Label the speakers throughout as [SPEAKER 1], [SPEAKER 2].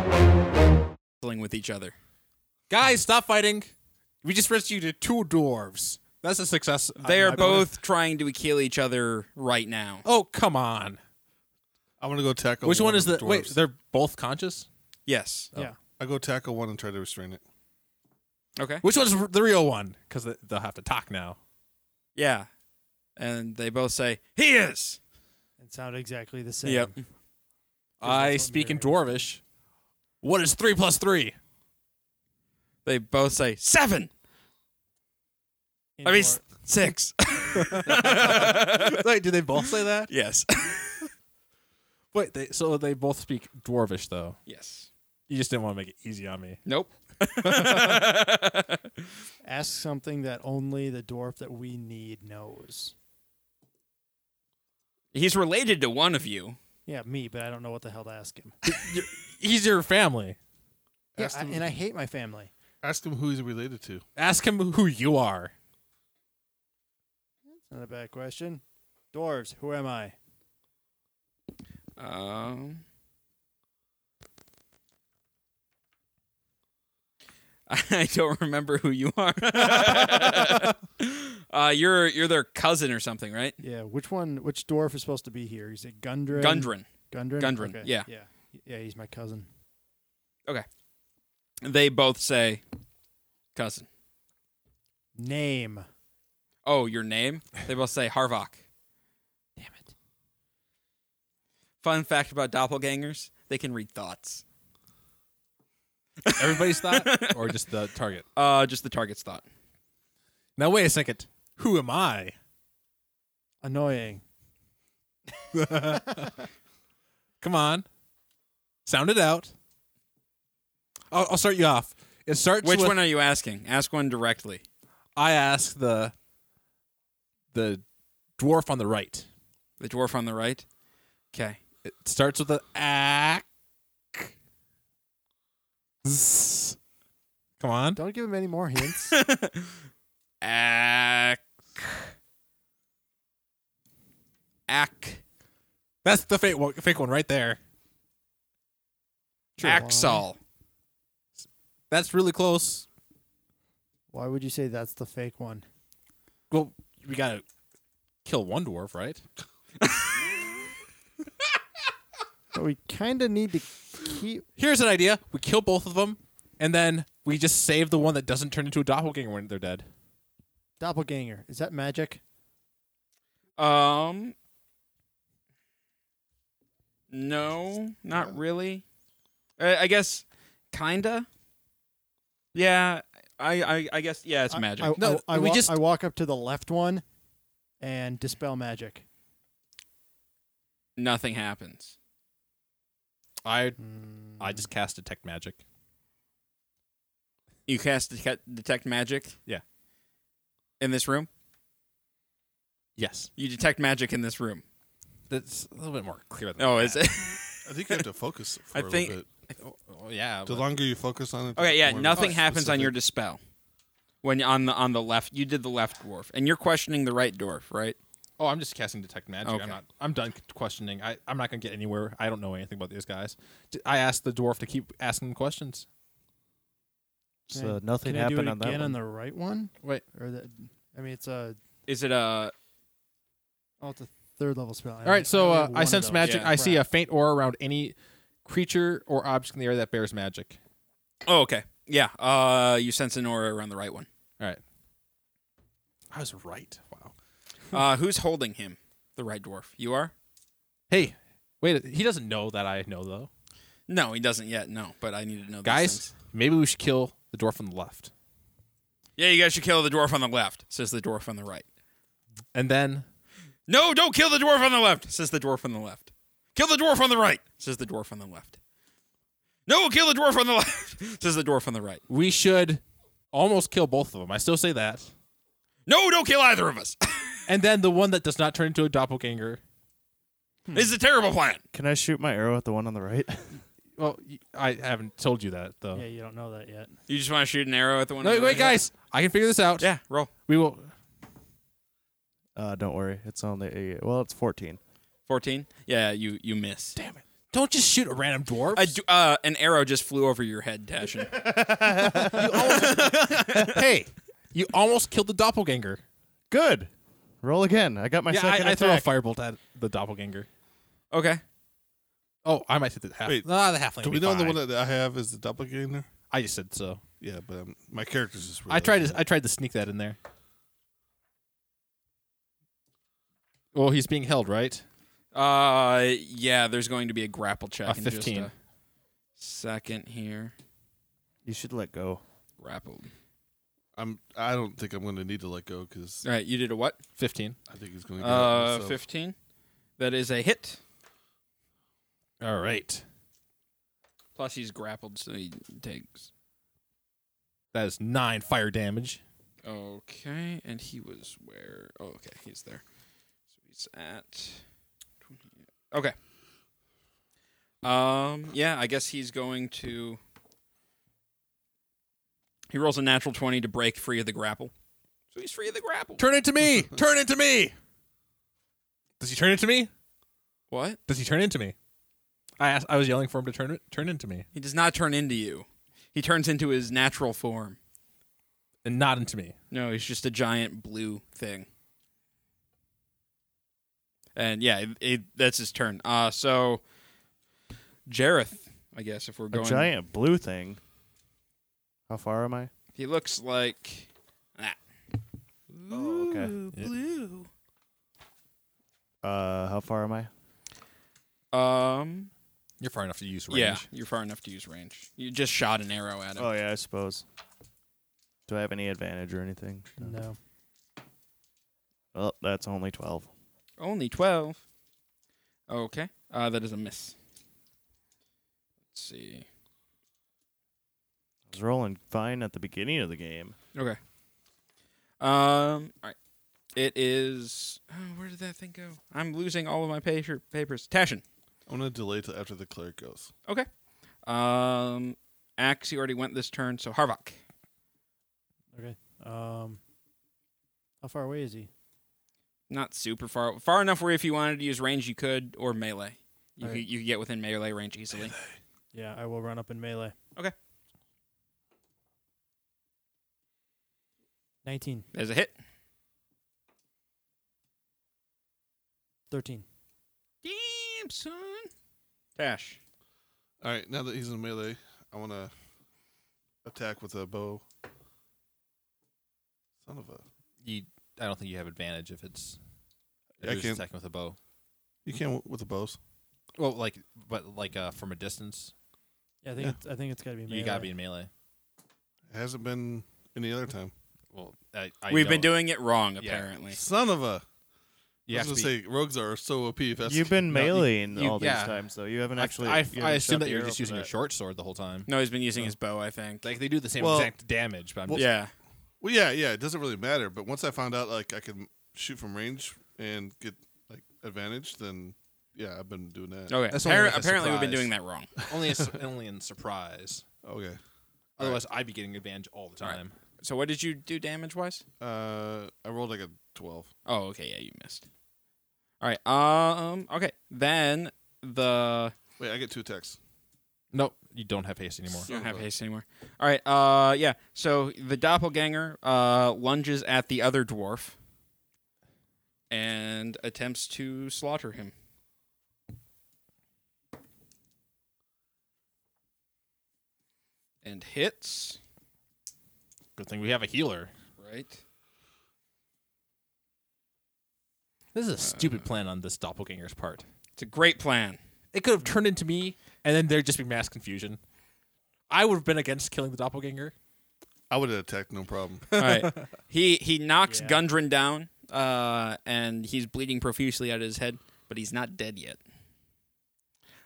[SPEAKER 1] wrestling with each other.
[SPEAKER 2] Guys, stop fighting. We just rescued two dwarves. That's a success.
[SPEAKER 1] Uh, They
[SPEAKER 2] I-
[SPEAKER 1] are
[SPEAKER 2] I-
[SPEAKER 1] both trying to kill each other right now.
[SPEAKER 2] Oh, come on.
[SPEAKER 3] I want to go tackle.
[SPEAKER 2] Which one is the.
[SPEAKER 3] of
[SPEAKER 2] Wait,
[SPEAKER 3] dwarves.
[SPEAKER 2] they're both conscious?
[SPEAKER 1] Yes.
[SPEAKER 4] Yeah.
[SPEAKER 3] I go tackle one and try to restrain it.
[SPEAKER 1] Oh, Okay.
[SPEAKER 2] Which one's the real one? Because they'll have to talk now.
[SPEAKER 1] Yeah. And they both say, "He is."
[SPEAKER 4] It sounded exactly the same.
[SPEAKER 2] I
[SPEAKER 4] that's what
[SPEAKER 2] speak in
[SPEAKER 4] mirror
[SPEAKER 2] dwarvish. What is three plus three?
[SPEAKER 1] They both say, seven.
[SPEAKER 4] In
[SPEAKER 1] I mean,
[SPEAKER 4] dwar-
[SPEAKER 1] s- six.
[SPEAKER 2] Wait, do they both say that?
[SPEAKER 1] yes.
[SPEAKER 2] Wait, they, so they both speak dwarvish though.
[SPEAKER 1] Yes.
[SPEAKER 2] You just didn't want to make it easy on me.
[SPEAKER 1] Nope.
[SPEAKER 4] ask something that only the dwarf that we need knows.
[SPEAKER 1] He's related to one of you.
[SPEAKER 4] Yeah, me, but I don't know what the hell to ask him.
[SPEAKER 2] He's your family.
[SPEAKER 4] Yeah,
[SPEAKER 3] Ask
[SPEAKER 4] I,
[SPEAKER 3] him-
[SPEAKER 4] and I hate my family.
[SPEAKER 3] Ask him who he's related to.
[SPEAKER 2] Ask him who you are.
[SPEAKER 4] Not a bad question. Dwarves, who am I?
[SPEAKER 1] Um. I don't remember who you are. uh, you're you're their cousin or something, right?
[SPEAKER 4] Yeah, which one? Which dwarf is supposed to be here? Is it Gundren?
[SPEAKER 1] Gundren.
[SPEAKER 4] Gundren.
[SPEAKER 1] Gundren,
[SPEAKER 4] Okay,
[SPEAKER 1] yeah.
[SPEAKER 4] yeah, yeah. He's my cousin.
[SPEAKER 1] They both say cousin.
[SPEAKER 4] Name.
[SPEAKER 1] Oh, your name? They both say Harvok. Damn it. Fun fact about doppelgangers, they can read thoughts.
[SPEAKER 2] Everybody's thought, or just the target.
[SPEAKER 1] Uh just the target's thought.
[SPEAKER 2] Now wait a second. Who am I?
[SPEAKER 4] Annoying.
[SPEAKER 2] Come on, sound it out. I'll, I'll start you off. It starts.
[SPEAKER 1] Which
[SPEAKER 2] with,
[SPEAKER 1] one are you asking? Ask one directly.
[SPEAKER 2] I ask the the dwarf on the right.
[SPEAKER 1] The dwarf on the right. Okay.
[SPEAKER 2] It starts with an ack. Come on.
[SPEAKER 4] Don't give him any more hints.
[SPEAKER 1] Ack. Ack.
[SPEAKER 2] That's the fake one, fake one right there.
[SPEAKER 4] Sure.
[SPEAKER 1] Axol.
[SPEAKER 2] That's really close.
[SPEAKER 4] Why would you say that's the fake one?
[SPEAKER 2] Well, we gotta kill one dwarf, right?
[SPEAKER 4] But we kind of need to keep.
[SPEAKER 2] Here's an idea: we kill both of them, and then we just save the one that doesn't turn into a doppelganger when they're dead.
[SPEAKER 4] Doppelganger. Is that magic?
[SPEAKER 1] Um. No, not really. I, I guess, kinda. Yeah, I, I, I guess yeah, it's
[SPEAKER 4] I-
[SPEAKER 1] magic.
[SPEAKER 4] I,
[SPEAKER 2] No,
[SPEAKER 4] I, I
[SPEAKER 2] we
[SPEAKER 4] wa-
[SPEAKER 2] just-
[SPEAKER 4] I walk up to the left one and dispel magic.
[SPEAKER 1] Nothing happens.
[SPEAKER 2] I
[SPEAKER 4] Mm,
[SPEAKER 2] I just cast detect magic.
[SPEAKER 1] You cast detect, detect magic.
[SPEAKER 2] Yeah.
[SPEAKER 1] In this room,
[SPEAKER 2] Yes,
[SPEAKER 1] you detect magic in this room.
[SPEAKER 2] that's a little bit more clear. Than
[SPEAKER 1] Oh, is it?
[SPEAKER 3] I think you have to focus. For
[SPEAKER 1] I
[SPEAKER 3] a
[SPEAKER 1] think-
[SPEAKER 3] Little bit.
[SPEAKER 2] Oh, yeah.
[SPEAKER 3] The longer you focus on it. the
[SPEAKER 1] okay, yeah.
[SPEAKER 3] more Oh,
[SPEAKER 1] Nothing happens on your
[SPEAKER 3] specific-
[SPEAKER 1] dispel. When on the on the left, you did the left dwarf, and you're questioning the right dwarf, right?
[SPEAKER 2] oh, I'm just casting detect magic.
[SPEAKER 1] Okay.
[SPEAKER 2] I'm not. I'm done questioning. I I'm not gonna get anywhere. I don't know anything about these guys. D- I asked the dwarf to keep asking questions.
[SPEAKER 4] Can
[SPEAKER 5] So
[SPEAKER 4] I-
[SPEAKER 5] nothing
[SPEAKER 4] can I do
[SPEAKER 5] happened
[SPEAKER 4] it
[SPEAKER 5] on that
[SPEAKER 4] again
[SPEAKER 5] one.
[SPEAKER 4] on the right one?
[SPEAKER 2] Wait.
[SPEAKER 4] Or the, I mean, it's a
[SPEAKER 1] Is it uh
[SPEAKER 4] oh, it's a third level spell.
[SPEAKER 2] All right, so uh, I sense magic.
[SPEAKER 1] Yeah.
[SPEAKER 2] I see a faint aura around any creature or object in the area that bears magic.
[SPEAKER 1] Oh, okay. Yeah. Uh, you sense an aura around the right one.
[SPEAKER 2] All right. I was right. Wow.
[SPEAKER 1] Uh, who's holding him? The right dwarf. You are?
[SPEAKER 2] Hey, wait. He doesn't know that I know though.
[SPEAKER 1] No, he doesn't yet. No, but I need to know. these
[SPEAKER 2] Guys,
[SPEAKER 1] things.
[SPEAKER 2] maybe we should kill the dwarf on the left,
[SPEAKER 1] Yeah, you guys should kill the dwarf on the left. Says the dwarf on the right.
[SPEAKER 2] and then
[SPEAKER 1] No, don't kill the dwarf on the left. Says the dwarf on the left. Kill the dwarf on the right. Says the dwarf on the left. No, kill the dwarf on the left. Says the dwarf on the right.
[SPEAKER 2] we should almost kill both of them. I still say that.
[SPEAKER 1] No, don't kill either of us.
[SPEAKER 2] And then the one that does not turn into a doppelganger.
[SPEAKER 1] Hmm. it's a terrible plan.
[SPEAKER 5] Can I shoot my arrow at the one on the right?
[SPEAKER 2] Well, y- I haven't told you that though.
[SPEAKER 4] Yeah, you don't know that yet.
[SPEAKER 1] You just want to shoot an arrow at the one.
[SPEAKER 2] No,
[SPEAKER 1] in the
[SPEAKER 2] wait,
[SPEAKER 1] right?
[SPEAKER 2] guys. I can figure this out.
[SPEAKER 1] Yeah, roll.
[SPEAKER 2] We will.
[SPEAKER 5] Uh, don't worry. It's only well, it's 14.
[SPEAKER 1] 14. Yeah, you you miss.
[SPEAKER 2] Damn it! Don't just shoot a random dwarf.
[SPEAKER 1] A d- uh, an arrow just flew over your head, Tashin.
[SPEAKER 2] hey, you almost killed the doppelganger.
[SPEAKER 5] Good. Roll again. I got my
[SPEAKER 2] yeah,
[SPEAKER 5] second
[SPEAKER 2] I, I throw a
[SPEAKER 5] attack.
[SPEAKER 2] firebolt at the doppelganger.
[SPEAKER 1] okay.
[SPEAKER 2] Oh, I might hit the half.
[SPEAKER 3] Wait.
[SPEAKER 2] nah, Ah, the halfling.
[SPEAKER 3] Do
[SPEAKER 2] will
[SPEAKER 3] we
[SPEAKER 2] be
[SPEAKER 3] know the
[SPEAKER 2] fine.
[SPEAKER 3] one that I have is the doppelganger?
[SPEAKER 2] I just said so.
[SPEAKER 3] Yeah, but um, my character's just.
[SPEAKER 2] I tried to.
[SPEAKER 3] realizing
[SPEAKER 2] I tried to sneak that in there. Well, he's being held, right?
[SPEAKER 1] Uh, yeah. There's going to be a grapple check.
[SPEAKER 2] A
[SPEAKER 1] in just
[SPEAKER 2] 15.
[SPEAKER 1] a second here.
[SPEAKER 5] You should let go.
[SPEAKER 1] Grappled.
[SPEAKER 3] I'm. I don't think I'm going to need to let go because
[SPEAKER 1] All right. You did a what?
[SPEAKER 2] Fifteen.
[SPEAKER 3] I think he's going to.
[SPEAKER 1] Uh, 15. That is a hit.
[SPEAKER 2] All right.
[SPEAKER 1] Plus he's grappled, so he takes.
[SPEAKER 2] That is nine fire damage.
[SPEAKER 1] Okay, and he was where? Oh, okay, he's there. So he's at. 20. Okay. Um. Yeah, I guess he's going to. He rolls a natural twenty to break free of the grapple. So he's free of the grapple.
[SPEAKER 2] Turn into me. turn into me. Does he turn into me?
[SPEAKER 1] What?
[SPEAKER 2] Does he turn into me? I asked, I was yelling for him to turn turn into me
[SPEAKER 1] He does not turn into you. He turns into his natural form.
[SPEAKER 2] and not into me.
[SPEAKER 1] No, he's just a giant blue thing. And yeah, it, it, that's his turn. Uh, so Jareth, I guess if we're
[SPEAKER 5] A
[SPEAKER 1] going,
[SPEAKER 5] giant blue thing. How far am I?
[SPEAKER 1] he looks like that.
[SPEAKER 5] Oh, okay.
[SPEAKER 2] Yeah.
[SPEAKER 1] blue.
[SPEAKER 5] Uh, how far am I?
[SPEAKER 1] Um,
[SPEAKER 2] You're far enough to use range.
[SPEAKER 1] yeah, you're far enough to use range. You just shot an arrow at him.
[SPEAKER 5] Oh yeah, I suppose. Do I have any advantage or anything?
[SPEAKER 4] No.
[SPEAKER 5] Well, that's only 12.
[SPEAKER 1] Only twelve. Okay, uh, that is a miss. Let's see.
[SPEAKER 5] I was rolling fine at the beginning of the game.
[SPEAKER 1] Okay. Um. All right. It is. Oh, where did that thing go? I'm losing all of my paper, papers. Tashin.
[SPEAKER 3] I'm going to delay till after the cleric goes.
[SPEAKER 1] Okay. Um. Axe, you already went this turn, so Harvok.
[SPEAKER 4] Okay. Um, how far away is he?
[SPEAKER 1] Not super far. Far enough where if you wanted to use range, you could, or melee. You,
[SPEAKER 4] All
[SPEAKER 1] could,
[SPEAKER 4] right.
[SPEAKER 1] you could get within melee range easily.
[SPEAKER 4] Yeah, I will run up in melee.
[SPEAKER 1] Okay.
[SPEAKER 4] Nineteen.
[SPEAKER 1] There's a hit.
[SPEAKER 4] Thirteen.
[SPEAKER 1] Damn, son. Tash.
[SPEAKER 3] All right, now that he's in melee, I want to attack with a bow. Son of a.
[SPEAKER 2] You, I don't think you have advantage if it's. If
[SPEAKER 3] I
[SPEAKER 2] you're just
[SPEAKER 3] can't-
[SPEAKER 2] attacking with a bow.
[SPEAKER 3] You can w- with the bows.
[SPEAKER 2] Well, like, but like uh, from a distance,
[SPEAKER 4] Yeah, I think
[SPEAKER 3] Yeah.
[SPEAKER 4] It's, I think it's got to be melee.
[SPEAKER 2] you gotta be in melee.
[SPEAKER 3] It hasn't been any other time.
[SPEAKER 2] Well, I, I
[SPEAKER 1] We've been
[SPEAKER 2] yelled-
[SPEAKER 1] doing it wrong,
[SPEAKER 2] Yeah.
[SPEAKER 1] apparently.
[SPEAKER 3] Son of a.
[SPEAKER 2] You
[SPEAKER 3] I
[SPEAKER 2] have
[SPEAKER 3] was
[SPEAKER 2] to
[SPEAKER 3] going to
[SPEAKER 2] be-
[SPEAKER 3] say, rogues are so OP. If that's
[SPEAKER 5] You've been
[SPEAKER 2] no, you-
[SPEAKER 5] meleeing
[SPEAKER 2] you-
[SPEAKER 5] all these
[SPEAKER 2] yeah.
[SPEAKER 5] times though. You haven't
[SPEAKER 2] I-
[SPEAKER 5] actually.
[SPEAKER 2] I,
[SPEAKER 5] you haven't
[SPEAKER 2] I
[SPEAKER 5] shot
[SPEAKER 2] assume that
[SPEAKER 5] the
[SPEAKER 2] you're
[SPEAKER 5] arrow
[SPEAKER 2] just
[SPEAKER 5] for
[SPEAKER 2] using your
[SPEAKER 5] that.
[SPEAKER 2] short sword the whole time.
[SPEAKER 1] No, he's been using his bow, I think.
[SPEAKER 2] Like they do the same
[SPEAKER 3] Well-
[SPEAKER 2] exact damage, but I'm just,
[SPEAKER 1] yeah.
[SPEAKER 3] Well, yeah, yeah. It doesn't really matter. But once I found out, like, I can shoot from range and get, like, advantage, then, yeah, I've been doing that.
[SPEAKER 1] Okay.
[SPEAKER 2] That's only
[SPEAKER 1] Appar-
[SPEAKER 2] like a
[SPEAKER 1] apparently, we've been
[SPEAKER 2] surprise.
[SPEAKER 1] doing that wrong.
[SPEAKER 2] only a su- only in surprise.
[SPEAKER 3] Okay.
[SPEAKER 2] Otherwise, I'd be getting advantage all the
[SPEAKER 1] Alright.
[SPEAKER 2] time.
[SPEAKER 1] So, what did you do damage wise?
[SPEAKER 3] Uh, I rolled like a 12.
[SPEAKER 1] Oh, okay, yeah, you missed. All right. Um. Okay. Then the
[SPEAKER 3] Wait, I get two attacks.
[SPEAKER 2] Nope, you don't have haste anymore.
[SPEAKER 1] you don't have
[SPEAKER 3] Okay.
[SPEAKER 1] haste anymore. All right. Uh. Yeah. So the doppelganger uh lunges at the other dwarf and attempts to slaughter him. And hits.
[SPEAKER 2] Good thing we have a healer.
[SPEAKER 1] Right.
[SPEAKER 2] This is a
[SPEAKER 1] stupid
[SPEAKER 2] stupid plan on this doppelganger's part.
[SPEAKER 1] It's a great plan.
[SPEAKER 2] It could have turned into me, and then there'd just be mass confusion. I would have been against killing the doppelganger.
[SPEAKER 3] I would have attacked, no problem.
[SPEAKER 1] All right. He he knocks
[SPEAKER 4] Yeah.
[SPEAKER 1] Gundren down, uh, and he's bleeding profusely out of his head, but he's not dead yet.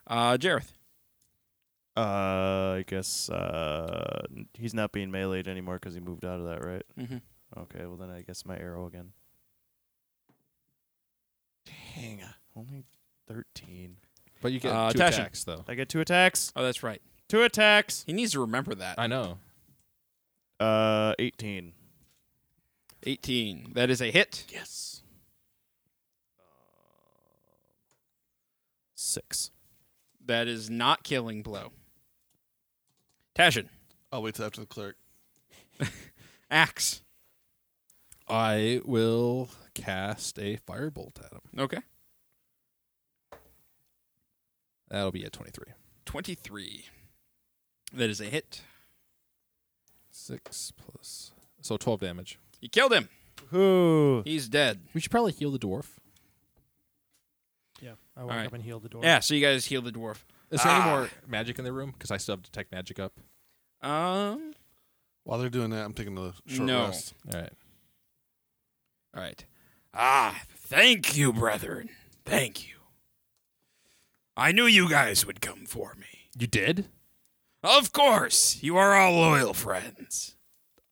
[SPEAKER 1] Uh, Jareth.
[SPEAKER 5] Uh, I guess uh, n- he's not being meleeed anymore because he moved out of that, right?
[SPEAKER 1] Mm-hmm.
[SPEAKER 5] Okay, well then I guess my arrow again. Dang, only thirteen.
[SPEAKER 2] But you get
[SPEAKER 1] Uh,
[SPEAKER 2] two
[SPEAKER 1] Tashin.
[SPEAKER 2] attacks though.
[SPEAKER 5] I get two attacks.
[SPEAKER 1] Oh, that's right.
[SPEAKER 5] Two attacks.
[SPEAKER 1] He needs to remember that.
[SPEAKER 2] I know.
[SPEAKER 5] Uh, 18.
[SPEAKER 1] 18. That is a hit.
[SPEAKER 5] Yes. Uh, Six.
[SPEAKER 1] That is not killing blow. Tashin.
[SPEAKER 3] I'll wait till after the clerk.
[SPEAKER 1] Axe.
[SPEAKER 2] I will cast a firebolt at him.
[SPEAKER 1] Okay.
[SPEAKER 2] That'll be at 23.
[SPEAKER 1] 23. That is a hit.
[SPEAKER 2] Six plus. So 12 damage.
[SPEAKER 1] You killed him.
[SPEAKER 5] Who?
[SPEAKER 1] He's dead.
[SPEAKER 2] We should probably heal the dwarf.
[SPEAKER 4] Yeah, I walk
[SPEAKER 1] right.
[SPEAKER 4] up and heal the door.
[SPEAKER 1] Yeah, so you guys heal the dwarf.
[SPEAKER 2] Is there
[SPEAKER 1] Ah.
[SPEAKER 2] any more magic in the room? Because I still have detect magic up.
[SPEAKER 1] Um.
[SPEAKER 3] While they're doing that, I'm taking a short
[SPEAKER 1] No.
[SPEAKER 3] rest.
[SPEAKER 2] All right.
[SPEAKER 1] All right. Ah, thank you, brethren. Thank you. I knew you guys would come for me.
[SPEAKER 2] You did?
[SPEAKER 1] Of course, you are all loyal friends.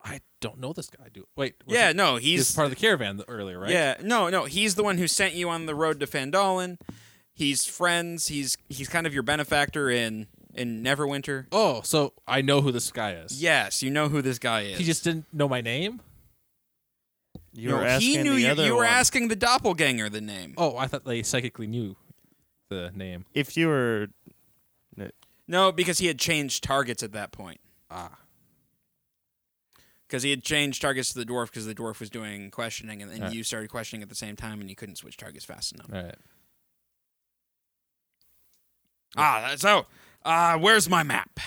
[SPEAKER 2] I don't know this guy. Do wait. was
[SPEAKER 1] Yeah,
[SPEAKER 2] he-
[SPEAKER 1] no,
[SPEAKER 2] he
[SPEAKER 1] he's
[SPEAKER 2] was part of the caravan th- earlier, right?
[SPEAKER 1] Yeah, no, no, he's the one who sent you on the road to Fandolin. He's friends. He's he's kind of your benefactor in in Neverwinter.
[SPEAKER 2] Oh, so I know who this guy is.
[SPEAKER 1] Yes, you know who this guy is.
[SPEAKER 2] He just didn't know my name.
[SPEAKER 5] You
[SPEAKER 1] No,
[SPEAKER 5] were
[SPEAKER 1] he
[SPEAKER 5] asking
[SPEAKER 1] knew
[SPEAKER 5] the
[SPEAKER 1] you.
[SPEAKER 5] other
[SPEAKER 1] you were
[SPEAKER 5] one.
[SPEAKER 1] asking the doppelganger the name.
[SPEAKER 2] Oh, I thought they psychically knew the name.
[SPEAKER 5] If you were.
[SPEAKER 1] No, because he had changed targets at that point.
[SPEAKER 2] Ah.
[SPEAKER 1] Because he had changed targets to the dwarf because the dwarf was doing questioning and then
[SPEAKER 2] Right.
[SPEAKER 1] you started questioning at the same time and you couldn't switch targets fast enough.
[SPEAKER 2] All right.
[SPEAKER 1] Ah, that's- so uh, where's my map?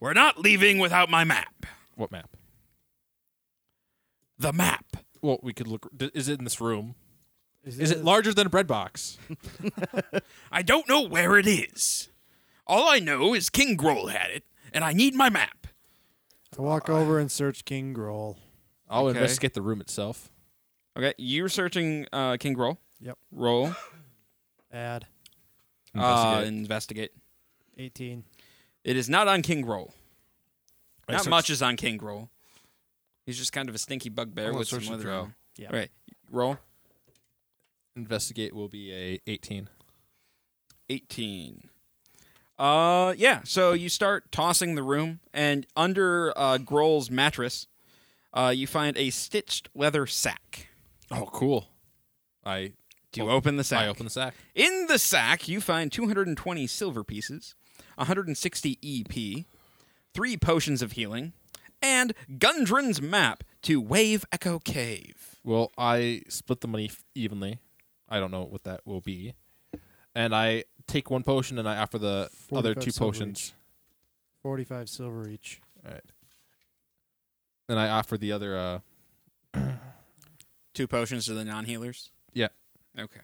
[SPEAKER 1] We're not leaving without my map.
[SPEAKER 2] What map?
[SPEAKER 1] The map.
[SPEAKER 2] Well, we could look. d- Is it in this room?
[SPEAKER 4] Is
[SPEAKER 2] Is it larger than a bread box?
[SPEAKER 1] I don't know where it is. All I know is King Groll had it, and I need my map.
[SPEAKER 4] I walk over and search King Groll.
[SPEAKER 2] I'll
[SPEAKER 1] Okay.
[SPEAKER 2] investigate the room itself.
[SPEAKER 1] Okay, you're searching uh, King Groll.
[SPEAKER 4] Yep.
[SPEAKER 1] Roll.
[SPEAKER 4] Add
[SPEAKER 1] Uh,
[SPEAKER 2] Investigate.
[SPEAKER 1] investigate.
[SPEAKER 4] 18.
[SPEAKER 1] It is not on King Roll.
[SPEAKER 2] I
[SPEAKER 1] Not
[SPEAKER 2] searched-
[SPEAKER 1] much is on King Roll. He's just kind of a stinky
[SPEAKER 3] I'm
[SPEAKER 1] bugbear
[SPEAKER 3] gonna
[SPEAKER 1] with some
[SPEAKER 3] search the
[SPEAKER 1] leather.
[SPEAKER 3] drawer.
[SPEAKER 1] on.
[SPEAKER 4] Yeah.
[SPEAKER 1] All right. Roll
[SPEAKER 2] Investigate will be a 18.
[SPEAKER 1] 18. Uh yeah, so you start tossing the room and under uh Groll's mattress, uh you find a stitched leather sack.
[SPEAKER 2] Oh, cool. I
[SPEAKER 1] Do you open the sack?
[SPEAKER 2] I open the sack.
[SPEAKER 1] In the sack, you find 220 silver pieces, 160 EP, E three potions of healing, and Gundren's map to Wave Echo Cave.
[SPEAKER 2] Well, I split the money f- evenly. I don't know what that will be. And I take one potion and I offer the other
[SPEAKER 4] 45
[SPEAKER 2] two
[SPEAKER 4] silver
[SPEAKER 2] potions.
[SPEAKER 4] each. 45 silver each.
[SPEAKER 2] All right. And I offer the other uh
[SPEAKER 1] Two potions to the non healers?
[SPEAKER 2] Yeah.
[SPEAKER 1] Okay.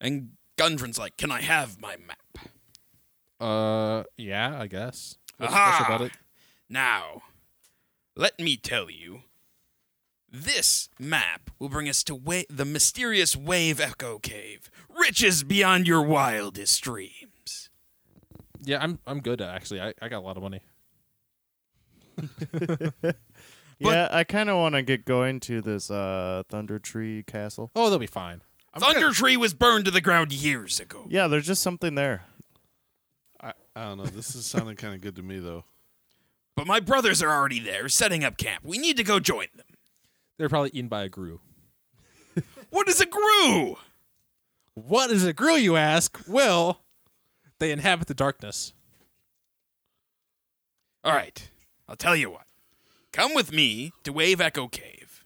[SPEAKER 1] And Gundren's like, Can I have my map?
[SPEAKER 2] uh yeah, I guess. What's
[SPEAKER 1] Aha!
[SPEAKER 2] special about it?
[SPEAKER 1] Now, let me tell you. This map will bring us to wa- the mysterious Wave Echo Cave, riches beyond your wildest dreams.
[SPEAKER 2] Yeah, I'm I'm good actually. I, I got a lot of money.
[SPEAKER 5] yeah, I kind of want to get going to this uh, Thunder Tree Castle.
[SPEAKER 2] Oh, they'll be fine.
[SPEAKER 1] Thunder Tree was burned to the ground years ago.
[SPEAKER 5] Yeah, there's just something there.
[SPEAKER 3] I, I don't know. This is sounding kind of good to me, though.
[SPEAKER 1] But my brothers are already there, setting up camp. We need to go join them.
[SPEAKER 2] They're probably eaten by a grue.
[SPEAKER 1] What is a Gru?
[SPEAKER 2] What is a grue, you ask? Well, they inhabit the darkness.
[SPEAKER 1] All right, I'll tell you what. Come with me to Wave Echo Cave.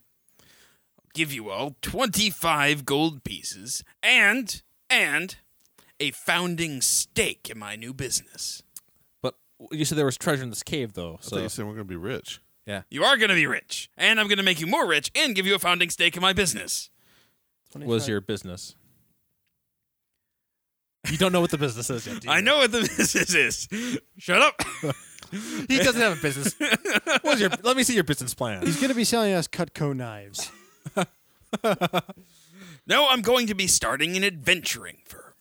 [SPEAKER 1] I'll give you all 25 gold pieces and, and, a founding stake in my new business.
[SPEAKER 2] But you said there was treasure in this cave, though.
[SPEAKER 3] I thought
[SPEAKER 2] So
[SPEAKER 3] you said we're gonna be rich.
[SPEAKER 1] You are going to be rich, and I'm going to make you more rich and give you a founding stake in my business.
[SPEAKER 2] was your business? You don't know what the business is yet. do you?
[SPEAKER 1] I know what the business is. Shut up.
[SPEAKER 2] he doesn't have a business. What's your? Let me see your business plan.
[SPEAKER 4] He's going to be selling us Cutco knives.
[SPEAKER 1] No, I'm going to be starting an adventuring firm.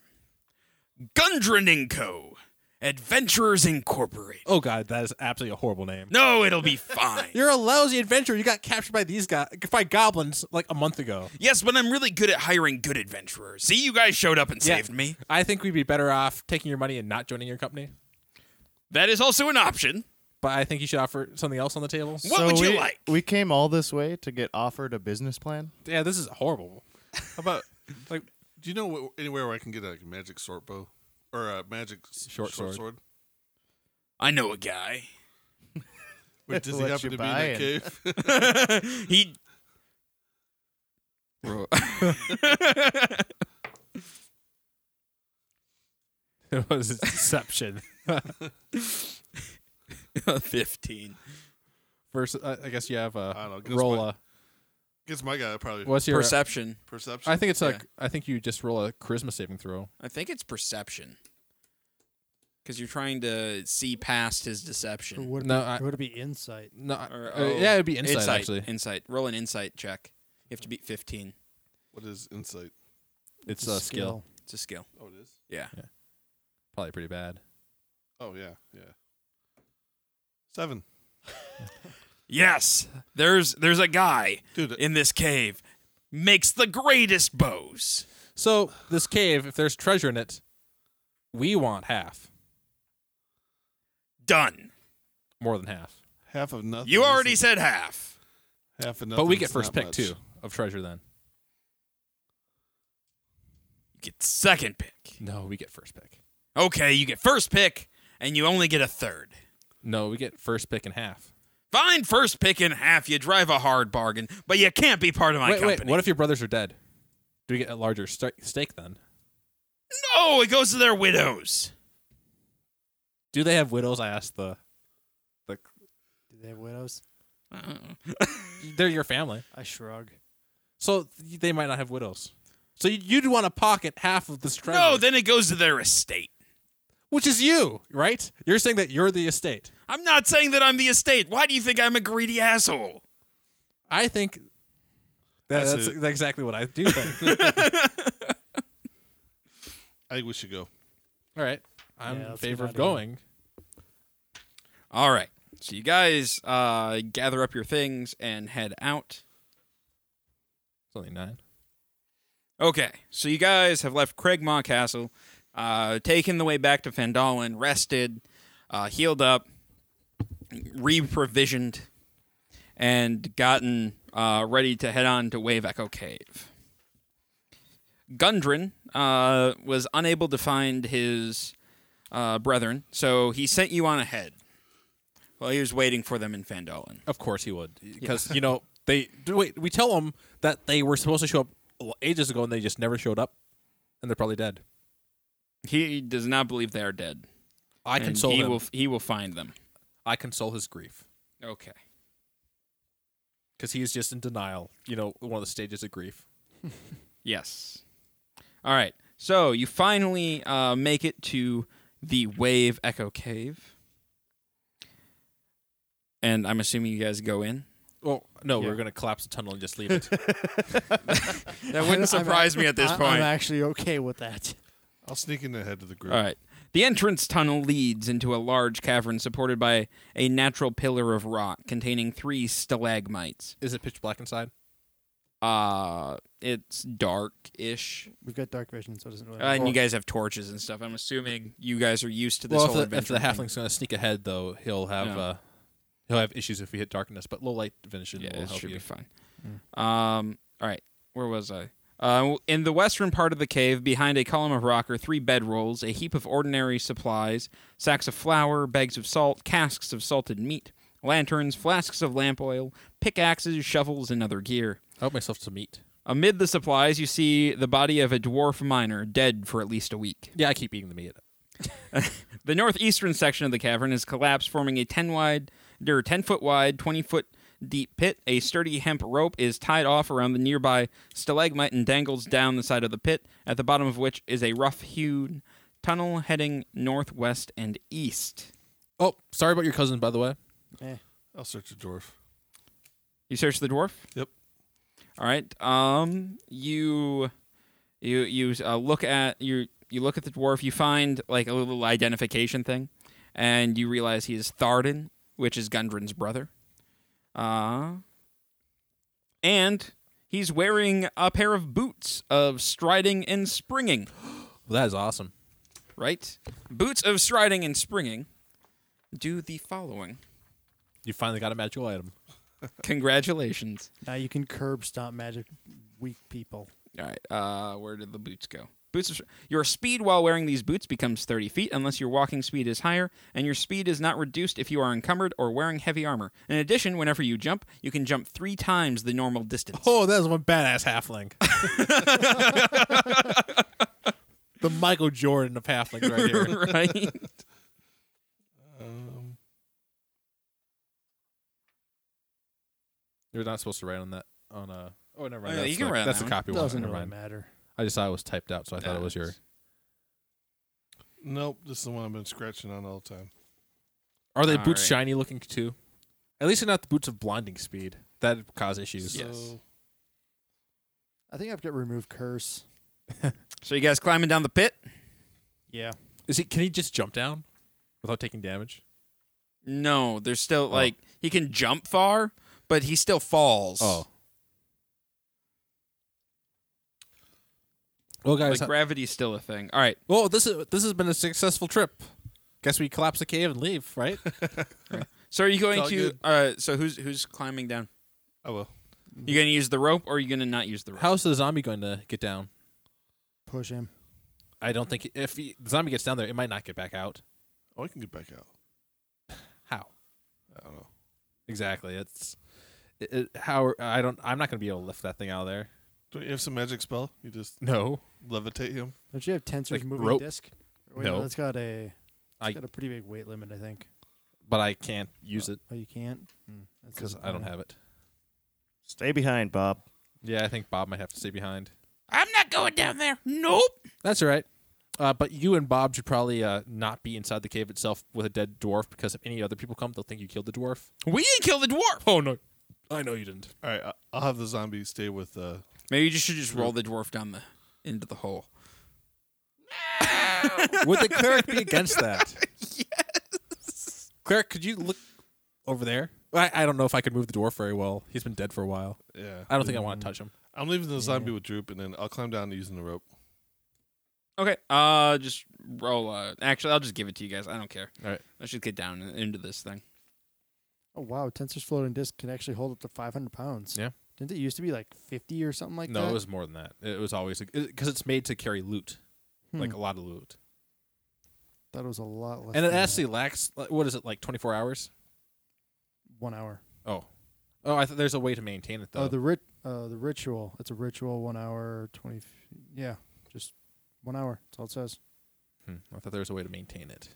[SPEAKER 1] Gundren and Co. Adventurers Incorporated.
[SPEAKER 2] Oh god, that is absolutely a horrible name.
[SPEAKER 1] No, it'll be fine.
[SPEAKER 2] You're a lousy adventurer. You got captured by these guys by goblins like a month ago.
[SPEAKER 1] yes, but I'm really good at hiring good adventurers. See, you guys showed up and
[SPEAKER 2] Yeah.
[SPEAKER 1] saved me.
[SPEAKER 2] I think we'd be better off taking your money and not joining your company.
[SPEAKER 1] That is also an option.
[SPEAKER 2] But I think you should offer something else on the table.
[SPEAKER 1] What
[SPEAKER 5] so
[SPEAKER 1] would you
[SPEAKER 5] we,
[SPEAKER 1] like?
[SPEAKER 5] We came all this way to get offered a business plan.
[SPEAKER 2] Yeah, this is horrible.
[SPEAKER 3] How about
[SPEAKER 2] Like
[SPEAKER 3] do you know wh- anywhere where I can get like, a magic sword bow or a magic s-
[SPEAKER 2] Short sword.
[SPEAKER 1] I know a guy.
[SPEAKER 3] Wait, does he
[SPEAKER 5] What
[SPEAKER 3] happen to
[SPEAKER 5] you
[SPEAKER 3] be in that
[SPEAKER 5] buying?
[SPEAKER 3] cave?
[SPEAKER 1] he.
[SPEAKER 2] it was deception
[SPEAKER 1] Fifteen.
[SPEAKER 2] versus. I I guess you have
[SPEAKER 3] I
[SPEAKER 2] a
[SPEAKER 3] don't know. Guess
[SPEAKER 2] roll
[SPEAKER 3] My,
[SPEAKER 2] a.
[SPEAKER 3] guess my guy probably
[SPEAKER 2] What's your?
[SPEAKER 1] Perception.
[SPEAKER 3] perception.
[SPEAKER 2] I think it's like
[SPEAKER 1] Yeah.
[SPEAKER 2] I think you just roll a charisma saving throw.
[SPEAKER 1] I think it's perception. Because you're trying to see past his
[SPEAKER 4] Or
[SPEAKER 1] deception.
[SPEAKER 4] would it
[SPEAKER 2] No,
[SPEAKER 4] be,
[SPEAKER 2] I-
[SPEAKER 4] or would it be insight?
[SPEAKER 2] No, I-
[SPEAKER 1] Or,
[SPEAKER 2] uh,
[SPEAKER 1] oh,
[SPEAKER 2] yeah, it'd be insight, actually.
[SPEAKER 1] Insight. Roll an insight check. You have to beat 15.
[SPEAKER 3] what is insight?
[SPEAKER 2] It's a skill,
[SPEAKER 1] It's a skill.
[SPEAKER 3] Oh, it is.
[SPEAKER 1] Yeah.
[SPEAKER 2] probably pretty bad.
[SPEAKER 3] Oh yeah, yeah. Seven,
[SPEAKER 1] Yes. There's there's a guy
[SPEAKER 3] dude.
[SPEAKER 1] in this cave makes the greatest bows.
[SPEAKER 2] So this cave, if there's treasure in it, we want half,
[SPEAKER 1] Done.
[SPEAKER 2] more than half.
[SPEAKER 3] half of nothing.
[SPEAKER 1] You already
[SPEAKER 3] isn't-
[SPEAKER 1] said half.
[SPEAKER 3] half of nothing.
[SPEAKER 2] But we get
[SPEAKER 3] is
[SPEAKER 2] first
[SPEAKER 3] not
[SPEAKER 2] pick
[SPEAKER 3] much.
[SPEAKER 2] too of treasure. Then
[SPEAKER 1] You get second pick.
[SPEAKER 2] no, we get first pick.
[SPEAKER 1] Okay, you get first pick and you only get a third.
[SPEAKER 2] No, we get first pick and half.
[SPEAKER 1] Fine, first pick and half. You drive a hard bargain, but you can't be part of my
[SPEAKER 2] wait,
[SPEAKER 1] company.
[SPEAKER 2] wait. What if your brothers are dead? Do we get a larger st- stake then?
[SPEAKER 1] no, it goes to their widows.
[SPEAKER 2] Do they have widows? I asked the. the
[SPEAKER 4] Do they have widows?
[SPEAKER 2] they're your family,
[SPEAKER 4] I shrug.
[SPEAKER 2] so they might not have widows. So you- you'd want to pocket half of this treasure,
[SPEAKER 1] No, then it goes to their estate.
[SPEAKER 2] which is you, right? You're saying that you're the estate.
[SPEAKER 1] I'm not saying that I'm the estate. Why do you think I'm a greedy asshole?
[SPEAKER 2] I think that,
[SPEAKER 3] That's
[SPEAKER 2] that's,
[SPEAKER 3] it.
[SPEAKER 2] exactly what I do think.
[SPEAKER 3] I think we should go.
[SPEAKER 2] All right, I'm
[SPEAKER 4] Yeah,
[SPEAKER 2] in
[SPEAKER 4] let's get
[SPEAKER 2] favor of
[SPEAKER 4] outta here.
[SPEAKER 2] going.
[SPEAKER 1] All right. So you guys uh, gather up your things and head out.
[SPEAKER 2] It's only nine.
[SPEAKER 1] Okay. So you guys have left Craigmaw Castle, uh, taken the way back to Fandalin, rested, uh, healed up, re-provisioned, and gotten uh, ready to head on to Wave Echo Cave. Gundren uh, was unable to find his uh, brethren, so he sent you on ahead. While he was waiting for them in Fandolin.
[SPEAKER 2] Of course he would, because you know they d- wait. We tell them that they were supposed to show up l- ages ago and they just never showed up, and they're probably dead.
[SPEAKER 1] He does not believe they are dead.
[SPEAKER 2] I
[SPEAKER 1] and
[SPEAKER 2] console
[SPEAKER 1] he
[SPEAKER 2] him.
[SPEAKER 1] will he will find them.
[SPEAKER 2] I console his grief
[SPEAKER 1] Okay.
[SPEAKER 2] because he's just in denial. You know, one of the stages of grief.
[SPEAKER 1] Yes. All right. So you finally uh, make it to the Wave Echo Cave, and I'm assuming you guys go in.
[SPEAKER 2] Well, no,
[SPEAKER 1] Yeah.
[SPEAKER 2] we're gonna collapse the tunnel and just leave it.
[SPEAKER 1] That wouldn't
[SPEAKER 4] I'm-
[SPEAKER 1] surprise me at this
[SPEAKER 4] I-
[SPEAKER 1] point.
[SPEAKER 4] I'm actually okay with that.
[SPEAKER 3] I'll sneak in ahead of the group.
[SPEAKER 1] All right. The entrance tunnel leads into a large cavern supported by a natural pillar of rock containing three stalagmites.
[SPEAKER 2] Is it pitch black inside?
[SPEAKER 1] Uh, it's dark-ish,
[SPEAKER 4] We've got dark vision, so it doesn't really.
[SPEAKER 1] uh,
[SPEAKER 4] matter.
[SPEAKER 1] and you guys have torches and stuff. I'm assuming you guys are used to this
[SPEAKER 2] well,
[SPEAKER 1] whole
[SPEAKER 2] if the, if
[SPEAKER 1] adventure.
[SPEAKER 2] the
[SPEAKER 1] thing.
[SPEAKER 2] halfling's gonna sneak ahead, though, he'll have
[SPEAKER 1] Yeah.
[SPEAKER 2] uh, he'll have issues if we hit darkness. But low light vision
[SPEAKER 1] yeah,
[SPEAKER 2] will
[SPEAKER 1] it
[SPEAKER 2] help
[SPEAKER 1] should
[SPEAKER 2] you.
[SPEAKER 1] be fine. Um, all right, where was I? Uh, w- in the western part of the cave, behind a column of rock, are three bedrolls, a heap of ordinary supplies, sacks of flour, bags of salt, casks of salted meat, lanterns, flasks of lamp oil, pickaxes, shovels, and other gear.
[SPEAKER 2] I help myself to meat.
[SPEAKER 1] Amid the supplies, you see the body of a dwarf miner dead for at least a week.
[SPEAKER 2] Yeah, I keep eating the meat.
[SPEAKER 1] The northeastern section of the cavern is collapsed, forming a ten wide, or ten foot wide, twenty foot deep pit. A sturdy hemp rope is tied off around the nearby stalagmite and dangles down the side of the pit. At the bottom of which is a rough-hewn tunnel heading northwest and east.
[SPEAKER 2] Oh, sorry about your cousin, by the way.
[SPEAKER 4] Eh.
[SPEAKER 3] I'll search the dwarf.
[SPEAKER 1] You search the dwarf.
[SPEAKER 3] Yep.
[SPEAKER 1] All right. Um. You, you, you uh, look at you. You look at the dwarf. You find like a little identification thing, and you realize he is Tharden, which is Gundren's brother. Uh, and he's wearing a pair of boots of striding and springing.
[SPEAKER 2] Well, that is awesome.
[SPEAKER 1] Right, boots of striding and springing. Do the following.
[SPEAKER 2] You finally got a magical item.
[SPEAKER 1] Congratulations.
[SPEAKER 4] Now you can curb stomp magic weak people.
[SPEAKER 1] All right. Uh, where did the boots go? Boots. Of, your speed while wearing these boots becomes 30 feet unless your walking speed is higher, and your speed is not reduced if you are encumbered or wearing heavy armor. In addition, whenever you jump, you can jump three times the normal distance.
[SPEAKER 2] Oh, that is one badass halfling. the Michael Jordan of halflings right here.
[SPEAKER 1] right.
[SPEAKER 3] Um,
[SPEAKER 2] You're not supposed to write on that on a. Oh, never
[SPEAKER 1] Oh,
[SPEAKER 2] mind.
[SPEAKER 1] yeah,
[SPEAKER 2] that's
[SPEAKER 1] you can
[SPEAKER 2] the,
[SPEAKER 1] write on
[SPEAKER 2] That's
[SPEAKER 1] that
[SPEAKER 2] the
[SPEAKER 1] one.
[SPEAKER 2] copy one.
[SPEAKER 4] Doesn't
[SPEAKER 2] Never
[SPEAKER 4] really
[SPEAKER 2] mind.
[SPEAKER 4] matter.
[SPEAKER 2] I just thought it was typed out, so I thought it was your.
[SPEAKER 3] nope, this is the one I've been scratching on all the time.
[SPEAKER 2] Are they
[SPEAKER 1] All
[SPEAKER 2] boots
[SPEAKER 1] right.
[SPEAKER 2] shiny looking too? At least they're not the boots of blinding speed. That'd cause issues.
[SPEAKER 1] Yes.
[SPEAKER 3] So,
[SPEAKER 4] I think I've got remove curse.
[SPEAKER 1] So you guys climbing down the pit?
[SPEAKER 4] Yeah.
[SPEAKER 2] Is he? Can he just jump down without taking damage?
[SPEAKER 1] No, there's
[SPEAKER 2] Oh.
[SPEAKER 1] still like he can jump far, but he still falls.
[SPEAKER 2] Oh. Well, guys.
[SPEAKER 1] Like gravity's still a thing. All right.
[SPEAKER 2] well, this is this has been a successful trip. Guess we collapse the cave and leave, right?
[SPEAKER 1] So are you going
[SPEAKER 3] all
[SPEAKER 1] to
[SPEAKER 3] good.
[SPEAKER 1] uh so who's who's climbing down?
[SPEAKER 3] I will.
[SPEAKER 1] You going to use the rope or are you going to not use the rope?
[SPEAKER 2] How's the zombie going to get down?
[SPEAKER 4] Push him.
[SPEAKER 2] I don't think if he, the zombie gets down there, it might not get back out.
[SPEAKER 3] Oh, I can get back out.
[SPEAKER 2] How
[SPEAKER 3] I don't know.
[SPEAKER 2] exactly? It's it, it, how I don't. I'm not going to be able to lift that thing out of there.
[SPEAKER 3] Don't you have some magic spell? You just
[SPEAKER 2] No,
[SPEAKER 3] levitate him.
[SPEAKER 4] Don't you have tensors
[SPEAKER 2] Like
[SPEAKER 4] moving
[SPEAKER 2] rope?
[SPEAKER 4] disc? Wait, no,
[SPEAKER 2] No.
[SPEAKER 4] that's got a.
[SPEAKER 2] I-
[SPEAKER 4] It's got a pretty big weight limit, I think.
[SPEAKER 2] but I can't use it
[SPEAKER 4] Oh, you can't That
[SPEAKER 2] because
[SPEAKER 4] doesn't
[SPEAKER 2] I don't
[SPEAKER 4] matter.
[SPEAKER 2] have it.
[SPEAKER 5] Stay behind, Bob.
[SPEAKER 2] Yeah, I think Bob might have to stay behind.
[SPEAKER 1] I'm not going down there. Nope.
[SPEAKER 2] That's all right. Uh, but you and Bob should probably uh, not be inside the cave itself with a dead dwarf because if any other people come, they'll think you killed the dwarf.
[SPEAKER 1] We didn't kill the dwarf.
[SPEAKER 2] Oh no, I know you didn't.
[SPEAKER 3] All right, I- I'll have the zombie stay with. Uh,
[SPEAKER 1] Maybe you just should just roll the dwarf down the into the hole.
[SPEAKER 2] Would the cleric be against that? yes. Cleric, could you look over there? I, I don't know if I could move the dwarf very well. He's been dead for a while.
[SPEAKER 3] yeah,
[SPEAKER 2] I don't think I want to touch him.
[SPEAKER 3] I'm leaving the zombie with Droop, and then I'll climb down using the rope.
[SPEAKER 1] Okay. Uh, just roll. Uh, actually, I'll just give it to you guys. I don't care.
[SPEAKER 2] All right.
[SPEAKER 1] Let's just get down in- into this thing.
[SPEAKER 4] Oh wow, tensors floating disc can actually hold up to 500 pounds.
[SPEAKER 2] Yeah.
[SPEAKER 4] Didn't it used to be like 50 or something like
[SPEAKER 2] no,
[SPEAKER 4] that?
[SPEAKER 2] it was more than that. It was always because it's made to carry loot, like a
[SPEAKER 4] Hmm.
[SPEAKER 2] lot of loot,
[SPEAKER 4] That was a lot less.
[SPEAKER 2] and it
[SPEAKER 4] than that.
[SPEAKER 2] actually lacks. What is it like? Twenty four hours?
[SPEAKER 4] one hour.
[SPEAKER 2] Oh, oh, I thought there's a way to maintain it though.
[SPEAKER 4] Oh, the rit- uh, the ritual. It's a ritual. One hour, twenty. F- yeah, just one hour. That's all it says.
[SPEAKER 2] Hmm, I thought there was a way to maintain it.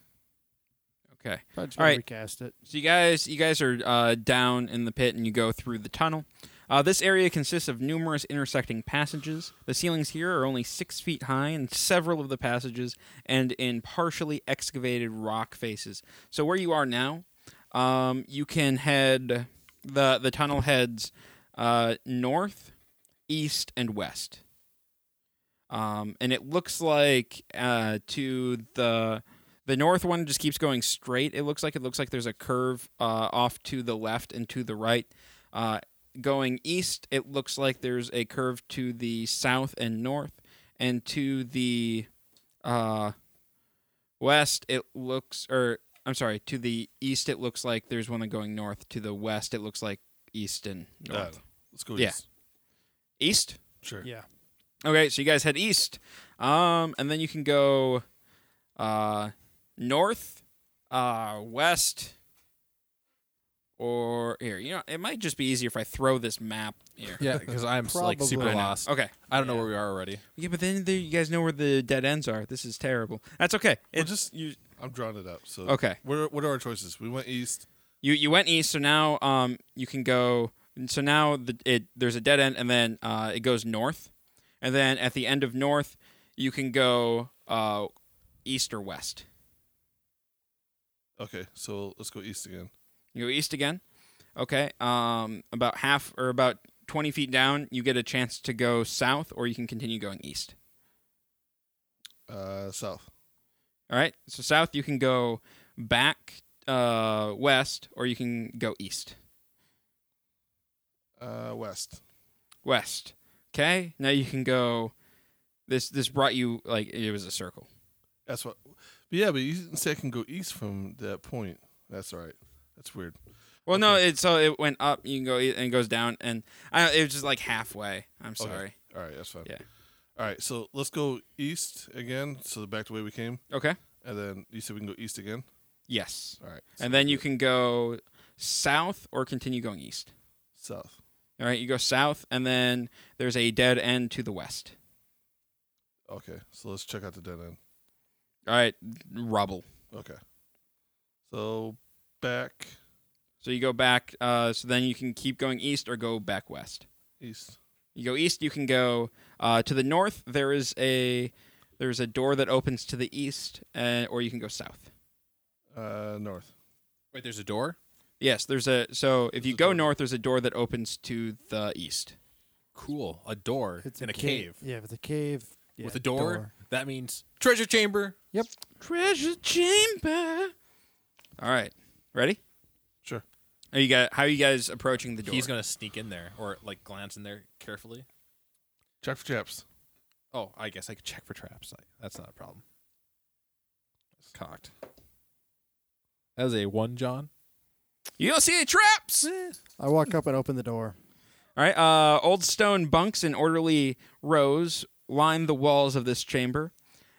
[SPEAKER 1] Okay.
[SPEAKER 4] Probably just
[SPEAKER 1] All
[SPEAKER 4] gotta
[SPEAKER 1] right.
[SPEAKER 4] recast it.
[SPEAKER 1] So you guys, you guys are uh, down in the pit, and you go through the tunnel. Uh, this area consists of numerous intersecting passages. The ceilings here are only six feet high in several of the passages and in partially excavated rock faces. So where you are now, um, you can head the the tunnel heads uh, north, east, and west. Um, and it looks like uh, to the the north one just keeps going straight. It looks like it looks like there's a curve uh, off to the left and to the right. Uh, going east, it looks like there's a curve to the south and north, and to the uh, west. It looks, or I'm sorry, to the east. It looks like there's one going north. To the west, it looks like east and
[SPEAKER 3] I don't
[SPEAKER 1] north.
[SPEAKER 3] know. Uh, Let's go.
[SPEAKER 1] Yeah.
[SPEAKER 3] east.
[SPEAKER 1] East.
[SPEAKER 3] sure.
[SPEAKER 4] Yeah,
[SPEAKER 1] Okay, so you guys head east, um, and then you can go uh, north, uh, west, or here. You know, it might just be easier if I throw this map here.
[SPEAKER 2] Yeah, because I'm s- like super
[SPEAKER 4] Probably.
[SPEAKER 2] lost.
[SPEAKER 1] Okay.
[SPEAKER 2] I don't know where we are already.
[SPEAKER 1] Yeah, but then there, you guys know where the dead ends are. This is terrible. That's okay.
[SPEAKER 3] Well,
[SPEAKER 1] It,
[SPEAKER 3] just you. I'm drawing it up. So
[SPEAKER 1] okay.
[SPEAKER 3] What are, what are our choices? We went east.
[SPEAKER 1] You you went east, so now um you can go. So now the it there's a dead end, and then uh, it goes north, and then at the end of north, you can go uh, east or west.
[SPEAKER 3] Okay, so let's go east again.
[SPEAKER 1] You go east again. Okay. Um, about half or about 20 feet down, you get a chance to go south, or you can continue going east.
[SPEAKER 3] Uh, south.
[SPEAKER 1] All right. So south, you can go back uh, west, or you can go east.
[SPEAKER 3] Uh, west.
[SPEAKER 1] West. Okay. Now you can go. This this brought you like it was a circle.
[SPEAKER 3] That's what. But yeah, but you didn't say I can go east from that point. That's all right. That's weird.
[SPEAKER 1] Well, no. It so it went up. You can go e- and it goes down, and I, it was just like halfway. I'm
[SPEAKER 3] Okay.
[SPEAKER 1] sorry.
[SPEAKER 3] All right, that's fine.
[SPEAKER 1] Yeah.
[SPEAKER 3] All right, so let's go east again. So back the way we came,
[SPEAKER 1] Okay.
[SPEAKER 3] and then you said we can go east again.
[SPEAKER 1] Yes.
[SPEAKER 3] All right. so
[SPEAKER 1] And then
[SPEAKER 3] we'll
[SPEAKER 1] you
[SPEAKER 3] do
[SPEAKER 1] can go south or continue going east.
[SPEAKER 3] south.
[SPEAKER 1] All right, you go south, and then there's a dead end to the west.
[SPEAKER 3] Okay, so let's check out the dead end.
[SPEAKER 1] All right, rubble.
[SPEAKER 3] Okay. So back
[SPEAKER 1] So you go back. Uh, so then you can keep going east or go back west.
[SPEAKER 3] east.
[SPEAKER 1] You go east. You can go uh, to the north. There is a there's a door that opens to the east, and, or you can go south.
[SPEAKER 3] Uh, north.
[SPEAKER 2] Wait, there's a door.
[SPEAKER 1] Yes, there's a so if you
[SPEAKER 3] There's a
[SPEAKER 1] go
[SPEAKER 3] door.
[SPEAKER 1] north, there's a door that opens to the east.
[SPEAKER 2] Cool, a door
[SPEAKER 4] It's
[SPEAKER 2] in a
[SPEAKER 4] ca-
[SPEAKER 2] cave
[SPEAKER 4] Yeah, if it's a cave
[SPEAKER 2] with
[SPEAKER 4] yeah,
[SPEAKER 2] a door. That means treasure chamber.
[SPEAKER 4] Yep.
[SPEAKER 1] Treasure chamber. All right, ready?
[SPEAKER 3] Sure.
[SPEAKER 1] Are you guys, How are you guys approaching the door?
[SPEAKER 2] He's gonna sneak in there or like glance in there carefully.
[SPEAKER 3] Check for traps.
[SPEAKER 2] Oh, I guess I could check for traps. Like, that's not a problem. It's cocked. That is a one, John.
[SPEAKER 1] you don't see any traps.
[SPEAKER 4] I walk up and open the door.
[SPEAKER 1] All right. Uh, old stone bunks in orderly rows line the walls of this chamber,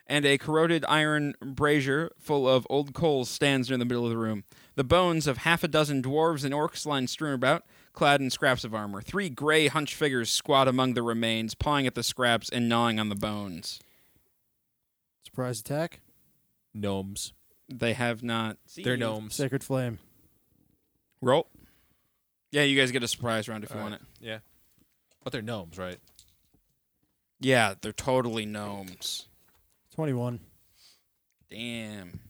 [SPEAKER 1] and a corroded iron brazier full of old coals stands near the middle of the room. The bones of half a dozen dwarves and orcs lie strewn about, clad in scraps of armor. Three gray, hunched figures squat among the remains, pawing at the scraps and gnawing on the bones.
[SPEAKER 4] Surprise attack.
[SPEAKER 2] Gnomes.
[SPEAKER 1] They have not. Seen
[SPEAKER 2] They're gnomes.
[SPEAKER 4] Sacred flame.
[SPEAKER 1] Roll. Yeah, you guys get a surprise round if you
[SPEAKER 2] All
[SPEAKER 1] want
[SPEAKER 2] right.
[SPEAKER 1] it.
[SPEAKER 2] Yeah. But Oh, they're gnomes, right?
[SPEAKER 1] Yeah, they're totally gnomes.
[SPEAKER 4] Twenty-one.
[SPEAKER 1] Damn.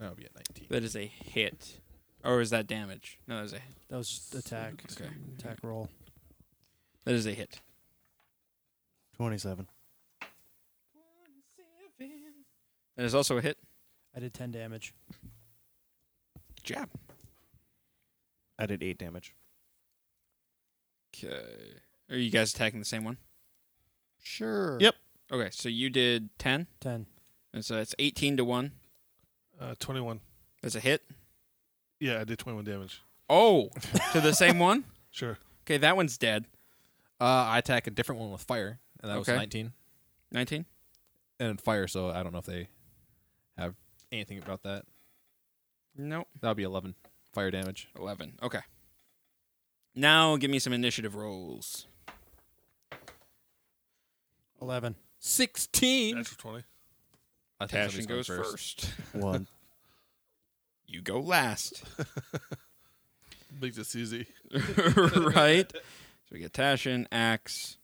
[SPEAKER 2] That would be at 19.
[SPEAKER 1] That is a hit. Or is that damage? No, that is a
[SPEAKER 4] That was just attack.
[SPEAKER 1] Okay.
[SPEAKER 4] Attack roll.
[SPEAKER 1] that is a hit.
[SPEAKER 5] 27.
[SPEAKER 1] That is also a hit.
[SPEAKER 4] I did ten damage.
[SPEAKER 1] Good job.
[SPEAKER 5] I did 8 damage.
[SPEAKER 1] Okay. Are you guys attacking the same one?
[SPEAKER 4] Sure.
[SPEAKER 5] Yep.
[SPEAKER 1] Okay, so you did ten,
[SPEAKER 4] Ten.
[SPEAKER 1] and so that's eighteen to one.
[SPEAKER 3] Uh, twenty-one.
[SPEAKER 1] That's a hit.
[SPEAKER 3] Yeah, I did twenty-one damage.
[SPEAKER 1] Oh, to the same one.
[SPEAKER 3] Sure.
[SPEAKER 1] Okay, that one's dead.
[SPEAKER 2] Uh, I attack a different one with fire, and that
[SPEAKER 1] Okay.
[SPEAKER 2] was 19.
[SPEAKER 1] Nineteen.
[SPEAKER 2] And fire, so I don't know if they have anything about that.
[SPEAKER 1] Nope.
[SPEAKER 2] That would be 11 fire damage.
[SPEAKER 1] Eleven. Okay. Now give me some initiative rolls.
[SPEAKER 4] Eleven.
[SPEAKER 2] 16.
[SPEAKER 3] Natural twenty.
[SPEAKER 2] I think
[SPEAKER 1] Tashin
[SPEAKER 2] somebody's
[SPEAKER 1] goes
[SPEAKER 2] going
[SPEAKER 1] first.
[SPEAKER 5] One.
[SPEAKER 1] You go last.
[SPEAKER 3] Make this easy.
[SPEAKER 1] right. So we get Tashin, Axe.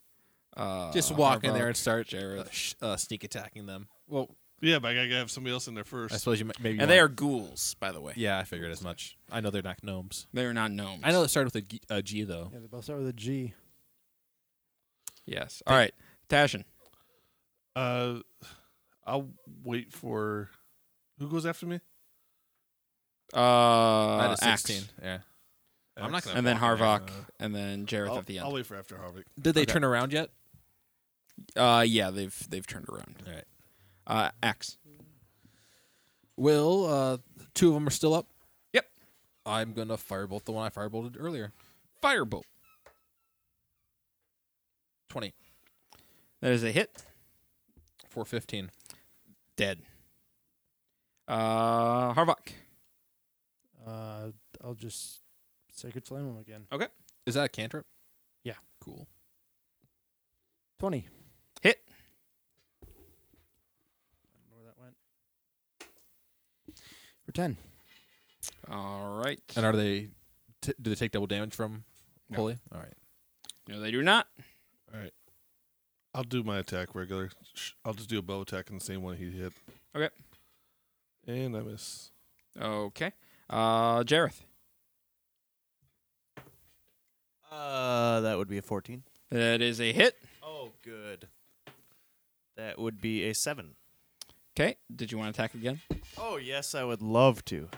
[SPEAKER 1] Uh,
[SPEAKER 2] Just walk in there
[SPEAKER 1] Harbuck.
[SPEAKER 2] and start uh, sh- uh, sneak attacking them. Well,
[SPEAKER 3] Yeah, but I gotta have somebody else in there
[SPEAKER 2] I
[SPEAKER 3] first.
[SPEAKER 2] suppose you m- maybe. you
[SPEAKER 1] And they are
[SPEAKER 2] wanna-
[SPEAKER 1] ghouls, by the way.
[SPEAKER 2] Yeah, I figured as much. I know they're not gnomes.
[SPEAKER 1] They are not gnomes.
[SPEAKER 2] I know it started with a G, a G though.
[SPEAKER 4] Yeah, they both start with a G.
[SPEAKER 1] Yes. All right, Tashin.
[SPEAKER 3] Uh, I'll wait for. Who goes after me?
[SPEAKER 2] I had
[SPEAKER 1] Uh,
[SPEAKER 2] a
[SPEAKER 1] Axe,
[SPEAKER 2] 16. Yeah. I'm not
[SPEAKER 3] Axe.
[SPEAKER 2] gonna-
[SPEAKER 1] and then
[SPEAKER 2] Walk in there,
[SPEAKER 1] Harvok,
[SPEAKER 3] uh,
[SPEAKER 1] and then Jareth
[SPEAKER 3] I'll,
[SPEAKER 1] at the
[SPEAKER 3] I'll
[SPEAKER 1] end.
[SPEAKER 3] wait for after Harvok.
[SPEAKER 2] Did they
[SPEAKER 1] Okay.
[SPEAKER 2] turn around yet?
[SPEAKER 1] Uh, yeah, they've they've turned around.
[SPEAKER 2] All right.
[SPEAKER 1] Uh, Axe.
[SPEAKER 2] Will, uh, two of them are still up.
[SPEAKER 1] Yep.
[SPEAKER 2] I'm gonna firebolt the one I firebolted earlier.
[SPEAKER 1] Firebolt.
[SPEAKER 2] Twenty
[SPEAKER 1] That is a hit.
[SPEAKER 2] for fifteen.
[SPEAKER 1] Dead. Uh, Harvok.
[SPEAKER 4] Uh, I'll just sacred flame him again.
[SPEAKER 2] Is that a cantrip?
[SPEAKER 4] Yeah.
[SPEAKER 2] Cool.
[SPEAKER 4] Twenty.
[SPEAKER 1] Hit.
[SPEAKER 4] I don't know where that went. For ten.
[SPEAKER 1] All right.
[SPEAKER 2] And are they? T- do they take double damage from
[SPEAKER 1] No.
[SPEAKER 2] holy? All right.
[SPEAKER 1] No, they do not.
[SPEAKER 3] I'll do my attack regular. Sh- I'll just do a bow attack on the same one he hit.
[SPEAKER 1] Okay.
[SPEAKER 3] And I miss.
[SPEAKER 1] Okay. Uh, Jareth.
[SPEAKER 5] Uh, that would be a 14.
[SPEAKER 1] That is a hit.
[SPEAKER 5] Oh, good. That would be a seven.
[SPEAKER 1] Okay. Did you want to attack again?
[SPEAKER 5] Oh yes, I would love to.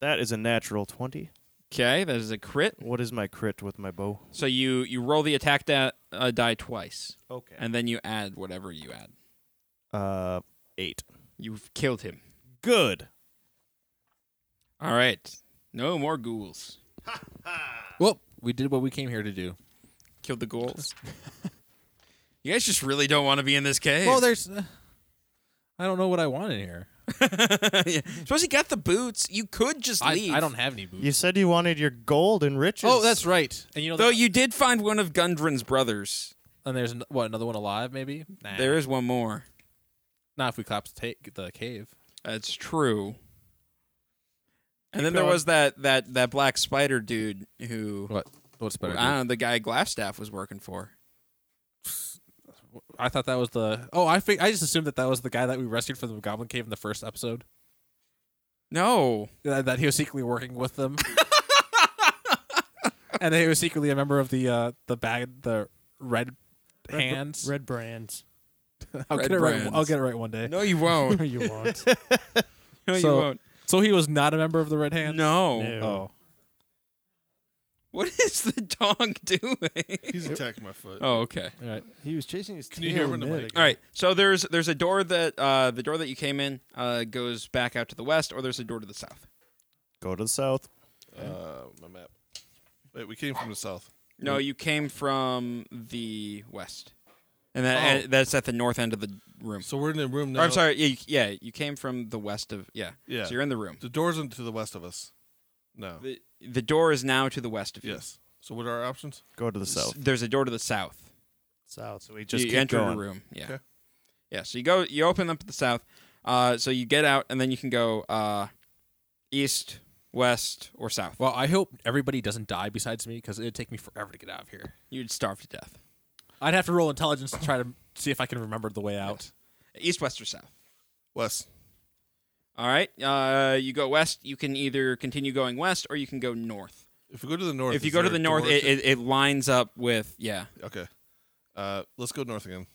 [SPEAKER 5] That is a natural twenty.
[SPEAKER 1] Okay. That is a crit.
[SPEAKER 5] What is my crit with my bow?
[SPEAKER 1] So you you roll the attack da- uh, die twice,
[SPEAKER 5] Okay.
[SPEAKER 1] and then you add whatever you add.
[SPEAKER 5] uh, eight.
[SPEAKER 1] You've killed him.
[SPEAKER 5] Good.
[SPEAKER 1] All right. No more ghouls.
[SPEAKER 2] Well, we did what we came here to do.
[SPEAKER 1] Killed the ghouls. you guys just really don't want to be in this cave.
[SPEAKER 2] Well, there's. uh, I don't know what I want in here.
[SPEAKER 1] yeah. Suppose he got the boots. You could just
[SPEAKER 2] I,
[SPEAKER 1] leave.
[SPEAKER 2] I don't have any boots.
[SPEAKER 5] You said you wanted your gold and riches.
[SPEAKER 2] oh, that's right. And you know,
[SPEAKER 1] Though
[SPEAKER 2] that,
[SPEAKER 1] you did find one of Gundren's brothers.
[SPEAKER 2] and there's an, what another one alive? Maybe nah.
[SPEAKER 1] There is one more.
[SPEAKER 2] Not if we collapse ta- the cave.
[SPEAKER 1] That's true. And then there
[SPEAKER 2] going.
[SPEAKER 1] was that that that black spider dude who
[SPEAKER 2] What? What's
[SPEAKER 1] I
[SPEAKER 2] better?
[SPEAKER 1] don't
[SPEAKER 2] I,
[SPEAKER 1] know, the guy Glassstaff was working for.
[SPEAKER 2] thought that was the. Oh, I fig- I just assumed that that was the guy that we rescued from the goblin cave in the first episode.
[SPEAKER 1] No.
[SPEAKER 2] That, that he was secretly working with them. and that he was secretly a member of the uh, the bag the red
[SPEAKER 4] Red br-
[SPEAKER 2] hands.
[SPEAKER 4] Red brands.
[SPEAKER 2] I'll
[SPEAKER 1] Red
[SPEAKER 2] get it right.
[SPEAKER 1] Brands.
[SPEAKER 2] I'll get it right one day.
[SPEAKER 1] No, you won't.
[SPEAKER 4] you won't.
[SPEAKER 1] No,
[SPEAKER 2] So-
[SPEAKER 1] you won't.
[SPEAKER 2] So he was not a member of the Red Hand.
[SPEAKER 1] No.
[SPEAKER 4] No.
[SPEAKER 2] Oh,
[SPEAKER 1] What is the dog doing?
[SPEAKER 3] He's attacking my foot.
[SPEAKER 1] Oh, okay.
[SPEAKER 2] all right.
[SPEAKER 4] He was chasing his
[SPEAKER 3] Can you hear
[SPEAKER 4] tail
[SPEAKER 3] when the
[SPEAKER 4] mid
[SPEAKER 3] mic-
[SPEAKER 1] All
[SPEAKER 4] again.
[SPEAKER 1] right. So there's there's a door that uh, the door that you came in uh, goes back out to the west, or there's a door to the south.
[SPEAKER 5] Go to the south.
[SPEAKER 3] Uh, my map. Wait, we came from the south.
[SPEAKER 1] No, you came from the west, and that and that's at the north end of the room.
[SPEAKER 3] So we're in the room
[SPEAKER 1] Or,
[SPEAKER 3] now.
[SPEAKER 1] I'm sorry. Yeah, you, yeah, you came from the west of yeah.
[SPEAKER 3] Yeah.
[SPEAKER 1] So you're in the room.
[SPEAKER 3] The door's into the west of us. No.
[SPEAKER 1] The, the door is now to the west of you.
[SPEAKER 3] Yes. So what are our options?
[SPEAKER 5] Go to the
[SPEAKER 1] S-
[SPEAKER 5] south.
[SPEAKER 1] There's a door to the south.
[SPEAKER 4] South.
[SPEAKER 5] So we just
[SPEAKER 1] you
[SPEAKER 5] keep
[SPEAKER 1] enter
[SPEAKER 5] going.
[SPEAKER 1] a room. Yeah.
[SPEAKER 3] Okay.
[SPEAKER 1] Yeah. So you go. You open up to the south. Uh, so you get out, and then you can go uh, east, west, or south.
[SPEAKER 2] Well, I hope everybody doesn't die besides me because it'd take me forever to get out of here.
[SPEAKER 1] You'd starve to death.
[SPEAKER 2] I'd have to roll intelligence to try to see if I can remember the way out.
[SPEAKER 1] East, west, or south.
[SPEAKER 3] West.
[SPEAKER 1] All right. Uh, you go west. You can either continue going west, or you can go north.
[SPEAKER 3] If we go to the north.
[SPEAKER 1] if you
[SPEAKER 3] is
[SPEAKER 1] go to
[SPEAKER 3] there
[SPEAKER 1] the
[SPEAKER 3] a
[SPEAKER 1] north,
[SPEAKER 3] door
[SPEAKER 1] it,
[SPEAKER 3] to-
[SPEAKER 1] it, it lines up with yeah.
[SPEAKER 3] okay. Uh, let's go north again.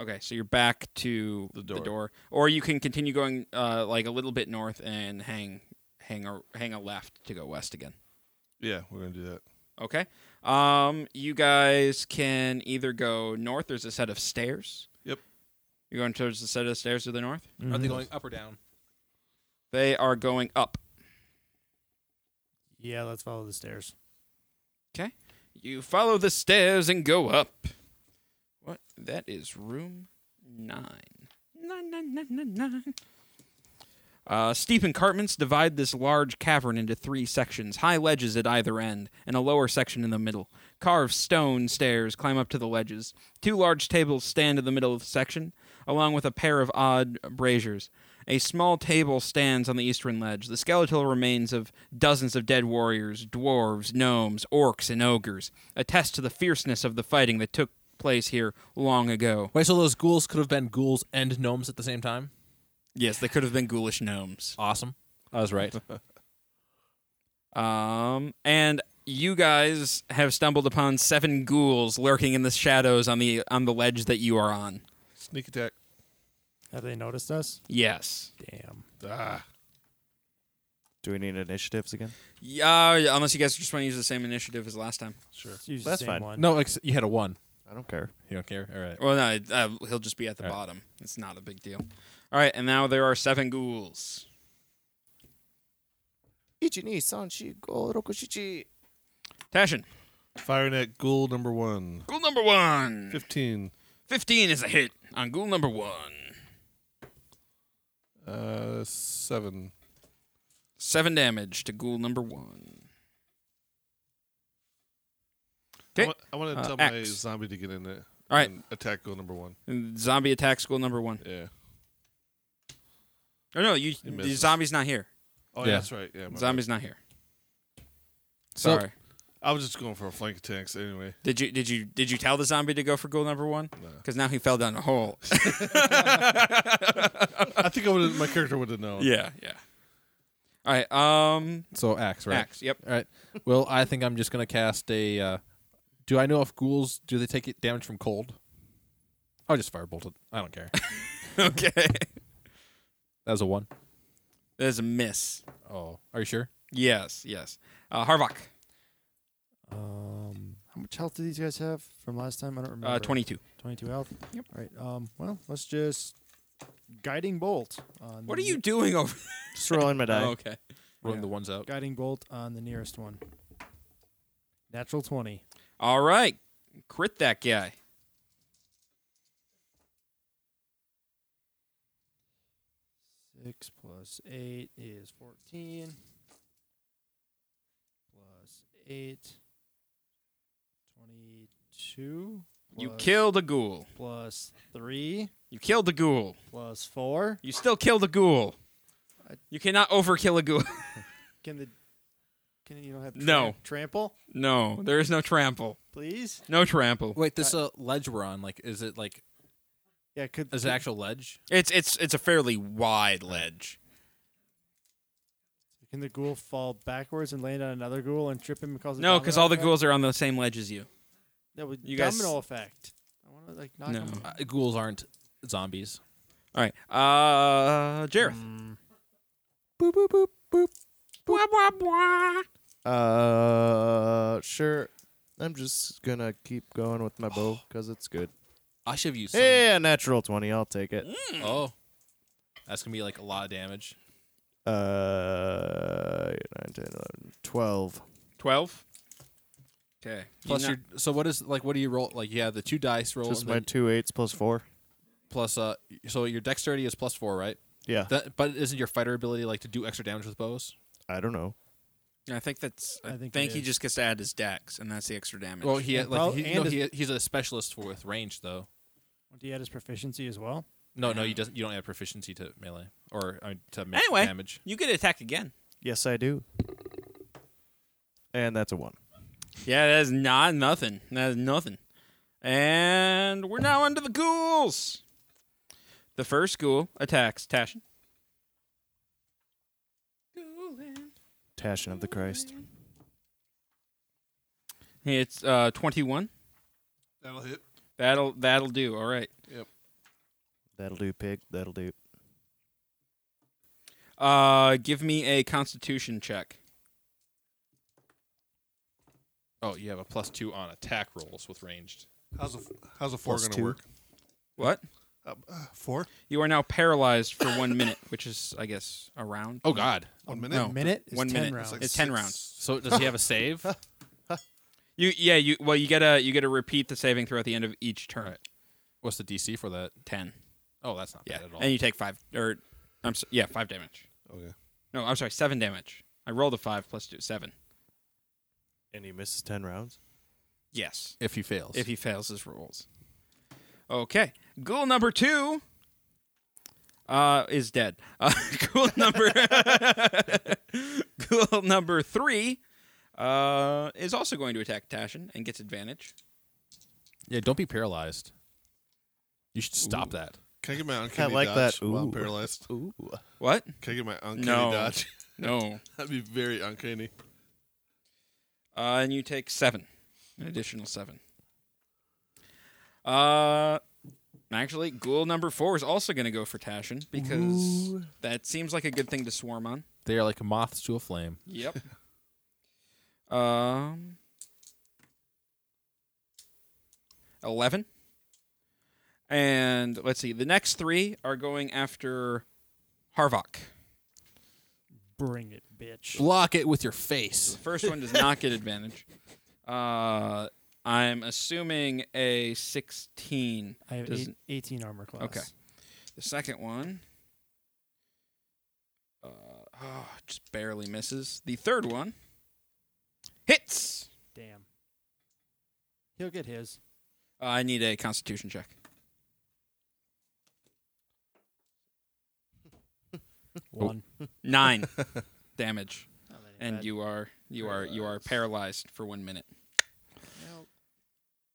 [SPEAKER 1] Okay, so you're back to
[SPEAKER 3] The door.
[SPEAKER 1] or you can continue going uh, like a little bit north and hang hang a hang a left to go west again.
[SPEAKER 3] Yeah, we're gonna do that.
[SPEAKER 1] Okay. Um, you guys can either go north. There's a set of stairs.
[SPEAKER 3] Yep.
[SPEAKER 1] You're going towards the set of stairs to the north.
[SPEAKER 2] Are
[SPEAKER 4] Mm-hmm.
[SPEAKER 2] they going up or down?
[SPEAKER 1] They are going up.
[SPEAKER 4] Yeah, let's follow the stairs.
[SPEAKER 1] You follow the stairs and go up. What? That is room nine. Nine, nine, nine, nine, nine. Uh, steep encartments divide this large cavern into three sections, high ledges at either end, and a lower section in the middle. Carved stone stairs climb up to the ledges. Two large tables stand in the middle of the section, along with a pair of odd braziers. A small table stands on the eastern ledge, the skeletal remains of dozens of dead warriors, dwarves, gnomes, orcs, and ogres, attest to the fierceness of the fighting that took place here long ago.
[SPEAKER 2] Wait, so those ghouls could have been ghouls and gnomes at the same time?
[SPEAKER 1] Yes, they could have been ghoulish gnomes.
[SPEAKER 2] Awesome. I was right.
[SPEAKER 1] Um, and you guys have stumbled upon seven ghouls lurking in the shadows on the on the ledge that you are on.
[SPEAKER 3] Sneak attack.
[SPEAKER 4] Have they noticed us?
[SPEAKER 1] Yes.
[SPEAKER 4] Damn.
[SPEAKER 3] Ah.
[SPEAKER 5] Do we need initiatives again?
[SPEAKER 1] Yeah, unless you guys just want to use the same initiative as last time.
[SPEAKER 3] Sure.
[SPEAKER 4] Let's use the
[SPEAKER 5] That's
[SPEAKER 4] same
[SPEAKER 5] fine.
[SPEAKER 4] one.
[SPEAKER 2] no, ex- you had a one.
[SPEAKER 5] I don't care.
[SPEAKER 2] You don't care. All right.
[SPEAKER 1] Well, no, uh, he'll just be at the
[SPEAKER 2] All right.
[SPEAKER 1] bottom. It's not a big deal. All right, and now there are seven ghouls. Tashin,
[SPEAKER 3] Firing at ghoul number one.
[SPEAKER 1] ghoul number one.
[SPEAKER 3] Fifteen.
[SPEAKER 1] 15 is a hit on ghoul number one.
[SPEAKER 3] Uh, seven.
[SPEAKER 1] Seven damage to ghoul number one. Okay.
[SPEAKER 3] I, wa- I want to
[SPEAKER 1] Uh,
[SPEAKER 3] tell my
[SPEAKER 1] axe.
[SPEAKER 3] zombie to get in there.
[SPEAKER 1] All right.
[SPEAKER 3] and Attack ghoul number one.
[SPEAKER 1] And zombie attacks ghoul number one.
[SPEAKER 3] Yeah.
[SPEAKER 1] Oh, no, you,
[SPEAKER 3] He
[SPEAKER 1] the
[SPEAKER 3] misses.
[SPEAKER 1] zombie's not here.
[SPEAKER 3] Oh
[SPEAKER 2] Yeah.
[SPEAKER 3] yeah, that's right. Yeah. my bad.
[SPEAKER 1] Zombie's not here.
[SPEAKER 2] So-
[SPEAKER 1] Sorry.
[SPEAKER 3] I was just going for a flank attack so anyway.
[SPEAKER 1] Did you did you did you tell the zombie to go for ghoul number one?
[SPEAKER 3] No.
[SPEAKER 1] Because now he fell down a hole.
[SPEAKER 3] I think I would. My character would have known.
[SPEAKER 1] yeah, yeah. All right. Um,
[SPEAKER 2] So axe, right?
[SPEAKER 1] axe. Yep.
[SPEAKER 2] All right. Well, I think I'm just gonna cast a. Uh, do I know if ghouls do they take it damage from cold? I'll just firebolt it. I don't care.
[SPEAKER 1] Okay.
[SPEAKER 2] That was a one.
[SPEAKER 1] There's a miss.
[SPEAKER 2] Oh, are you sure?
[SPEAKER 1] Yes, yes. Uh, Harvok,
[SPEAKER 4] Um, how much health do these guys have from last time? I don't remember.
[SPEAKER 1] uh, 22.
[SPEAKER 4] 22 health. Yep. All right. Um, well, let's just guiding bolt. On
[SPEAKER 1] What are
[SPEAKER 4] the
[SPEAKER 1] you
[SPEAKER 4] ne-
[SPEAKER 1] doing over
[SPEAKER 5] Just rolling my die.
[SPEAKER 1] there? okay.
[SPEAKER 2] Rolling the
[SPEAKER 4] Yeah.
[SPEAKER 2] ones out.
[SPEAKER 4] guiding bolt on the nearest one? Natural 20.
[SPEAKER 1] All right. Crit that guy.
[SPEAKER 4] Six plus eight is fourteen. Plus eight. Twenty-two.
[SPEAKER 1] You
[SPEAKER 4] plus-
[SPEAKER 1] killed a ghoul.
[SPEAKER 4] Plus three.
[SPEAKER 1] You killed a ghoul.
[SPEAKER 4] Plus four.
[SPEAKER 1] You still killed a ghoul.
[SPEAKER 4] I-
[SPEAKER 1] You cannot overkill a ghoul.
[SPEAKER 4] Can the can you don't have
[SPEAKER 1] No.
[SPEAKER 4] trample,
[SPEAKER 1] no, there is no trample.
[SPEAKER 4] please?
[SPEAKER 1] No trample.
[SPEAKER 2] Wait, this uh, ledge we're on, like, is it like
[SPEAKER 4] Yeah, could
[SPEAKER 2] is it actual ledge?
[SPEAKER 1] It's it's it's a fairly wide ledge.
[SPEAKER 4] can the ghoul fall backwards and land on another ghoul and trip him and cause a
[SPEAKER 1] No, because all the
[SPEAKER 4] domino effect?
[SPEAKER 1] ghouls are on the same ledge as you.
[SPEAKER 4] that would
[SPEAKER 1] you guys-
[SPEAKER 4] domino effect. I want to like knock
[SPEAKER 1] No.
[SPEAKER 4] him.
[SPEAKER 2] Uh, ghouls aren't zombies.
[SPEAKER 1] All right. Uh Jareth.
[SPEAKER 2] Boop boop boop boop.
[SPEAKER 1] Blah, blah, blah.
[SPEAKER 5] Uh, sure. I'm just gonna keep going with my bow because it's good.
[SPEAKER 2] I should have used. some-
[SPEAKER 5] Hey, a natural twenty. I'll take it.
[SPEAKER 2] Oh, that's gonna be like a lot of damage.
[SPEAKER 5] Uh, 9, 10, 11, 12.
[SPEAKER 1] 12. Okay.
[SPEAKER 2] Plus your so what is like what do you roll? Like yeah, the two dice roll.
[SPEAKER 5] Just
[SPEAKER 2] and
[SPEAKER 5] my
[SPEAKER 2] then
[SPEAKER 5] two eights plus four.
[SPEAKER 2] plus uh, so your dexterity is plus four, right?
[SPEAKER 5] Yeah.
[SPEAKER 2] That, but isn't your fighter ability like to do extra damage with bows?
[SPEAKER 5] I don't know.
[SPEAKER 1] I think that's I,
[SPEAKER 4] I think
[SPEAKER 1] think,
[SPEAKER 4] it
[SPEAKER 1] he
[SPEAKER 4] is.
[SPEAKER 1] just gets to add his dex and that's the extra damage.
[SPEAKER 2] Well, he
[SPEAKER 4] And
[SPEAKER 2] like
[SPEAKER 4] prob-
[SPEAKER 2] he,
[SPEAKER 4] and
[SPEAKER 2] no,
[SPEAKER 4] his-
[SPEAKER 2] he, he's a specialist for with range though.
[SPEAKER 4] Do you add his proficiency as well?
[SPEAKER 2] No, no, you doesn't. You don't add proficiency to melee or I mean, to ma-
[SPEAKER 1] Anyway.
[SPEAKER 2] damage.
[SPEAKER 1] you get attacked again.
[SPEAKER 5] Yes, I do. And that's a one.
[SPEAKER 1] Yeah, that is not nothing. That is nothing. And we're now under the ghouls. The first ghoul attacks Tashin.
[SPEAKER 5] Tashin of the Christ.
[SPEAKER 1] It's uh, 21.
[SPEAKER 3] That'll hit.
[SPEAKER 1] That'll that'll do. All right.
[SPEAKER 5] That'll do, pig. That'll do.
[SPEAKER 1] Uh, give me a Constitution check.
[SPEAKER 2] Oh, you have a plus two on attack rolls with ranged.
[SPEAKER 3] How's a how's a four
[SPEAKER 5] Plus
[SPEAKER 3] going to
[SPEAKER 5] two.
[SPEAKER 3] work?
[SPEAKER 1] What?
[SPEAKER 3] Uh, uh, four.
[SPEAKER 1] You are now paralyzed for one minute, which is, I guess, a round.
[SPEAKER 2] Oh God!
[SPEAKER 3] One minute.
[SPEAKER 1] no,
[SPEAKER 4] A minute is
[SPEAKER 1] one
[SPEAKER 4] 10
[SPEAKER 1] minute.
[SPEAKER 4] rounds.
[SPEAKER 1] It's, 10 rounds.
[SPEAKER 2] So does he have a save?
[SPEAKER 1] You yeah you well you gotta you gotta repeat the saving throw at the end of each turn.
[SPEAKER 2] Right. What's the DC for that?
[SPEAKER 1] Ten.
[SPEAKER 2] Oh, that's not
[SPEAKER 1] Yeah,
[SPEAKER 2] bad at all.
[SPEAKER 1] and you take five or I'm so, yeah five damage.
[SPEAKER 3] Okay.
[SPEAKER 1] No, I'm sorry, seven damage. I rolled a five plus two, seven.
[SPEAKER 5] And he misses 10 rounds.
[SPEAKER 1] Yes,
[SPEAKER 2] if he fails,
[SPEAKER 1] if he fails his rolls. Okay, ghoul number two uh, is dead. Uh, ghoul number ghoul number three uh, is also going to attack Tashin and gets advantage.
[SPEAKER 2] yeah, don't be paralyzed. You should stop that.
[SPEAKER 3] Can I get my uncanny
[SPEAKER 5] like
[SPEAKER 3] dodge
[SPEAKER 5] that.
[SPEAKER 3] while I'm
[SPEAKER 5] Ooh.
[SPEAKER 3] paralyzed?
[SPEAKER 5] Ooh.
[SPEAKER 1] What?
[SPEAKER 3] Can I get my uncanny
[SPEAKER 1] No.
[SPEAKER 3] dodge?
[SPEAKER 1] No.
[SPEAKER 3] That'd be very uncanny.
[SPEAKER 1] Uh, and you take seven, an additional seven. Uh, actually, ghoul number four is also going to go for Tashin because that seems like a good thing to swarm on.
[SPEAKER 2] They are like moths to a flame.
[SPEAKER 1] Yep. um, eleven. And let's see, the next three are going after Harvok.
[SPEAKER 4] Bring it, bitch.
[SPEAKER 2] Block it with your face.
[SPEAKER 1] The first one does not get advantage. Uh, I'm assuming a 16.
[SPEAKER 4] I have
[SPEAKER 1] Does-
[SPEAKER 4] eight, 18 armor class.
[SPEAKER 1] Okay. The second one uh, oh, just barely misses. The third one hits.
[SPEAKER 4] Damn. He'll get his.
[SPEAKER 1] Uh, I need a constitution check.
[SPEAKER 4] One.
[SPEAKER 1] Nine damage.
[SPEAKER 4] Not that
[SPEAKER 1] And
[SPEAKER 4] bad.
[SPEAKER 1] you are you are you are paralyzed for 1 minute
[SPEAKER 4] Well,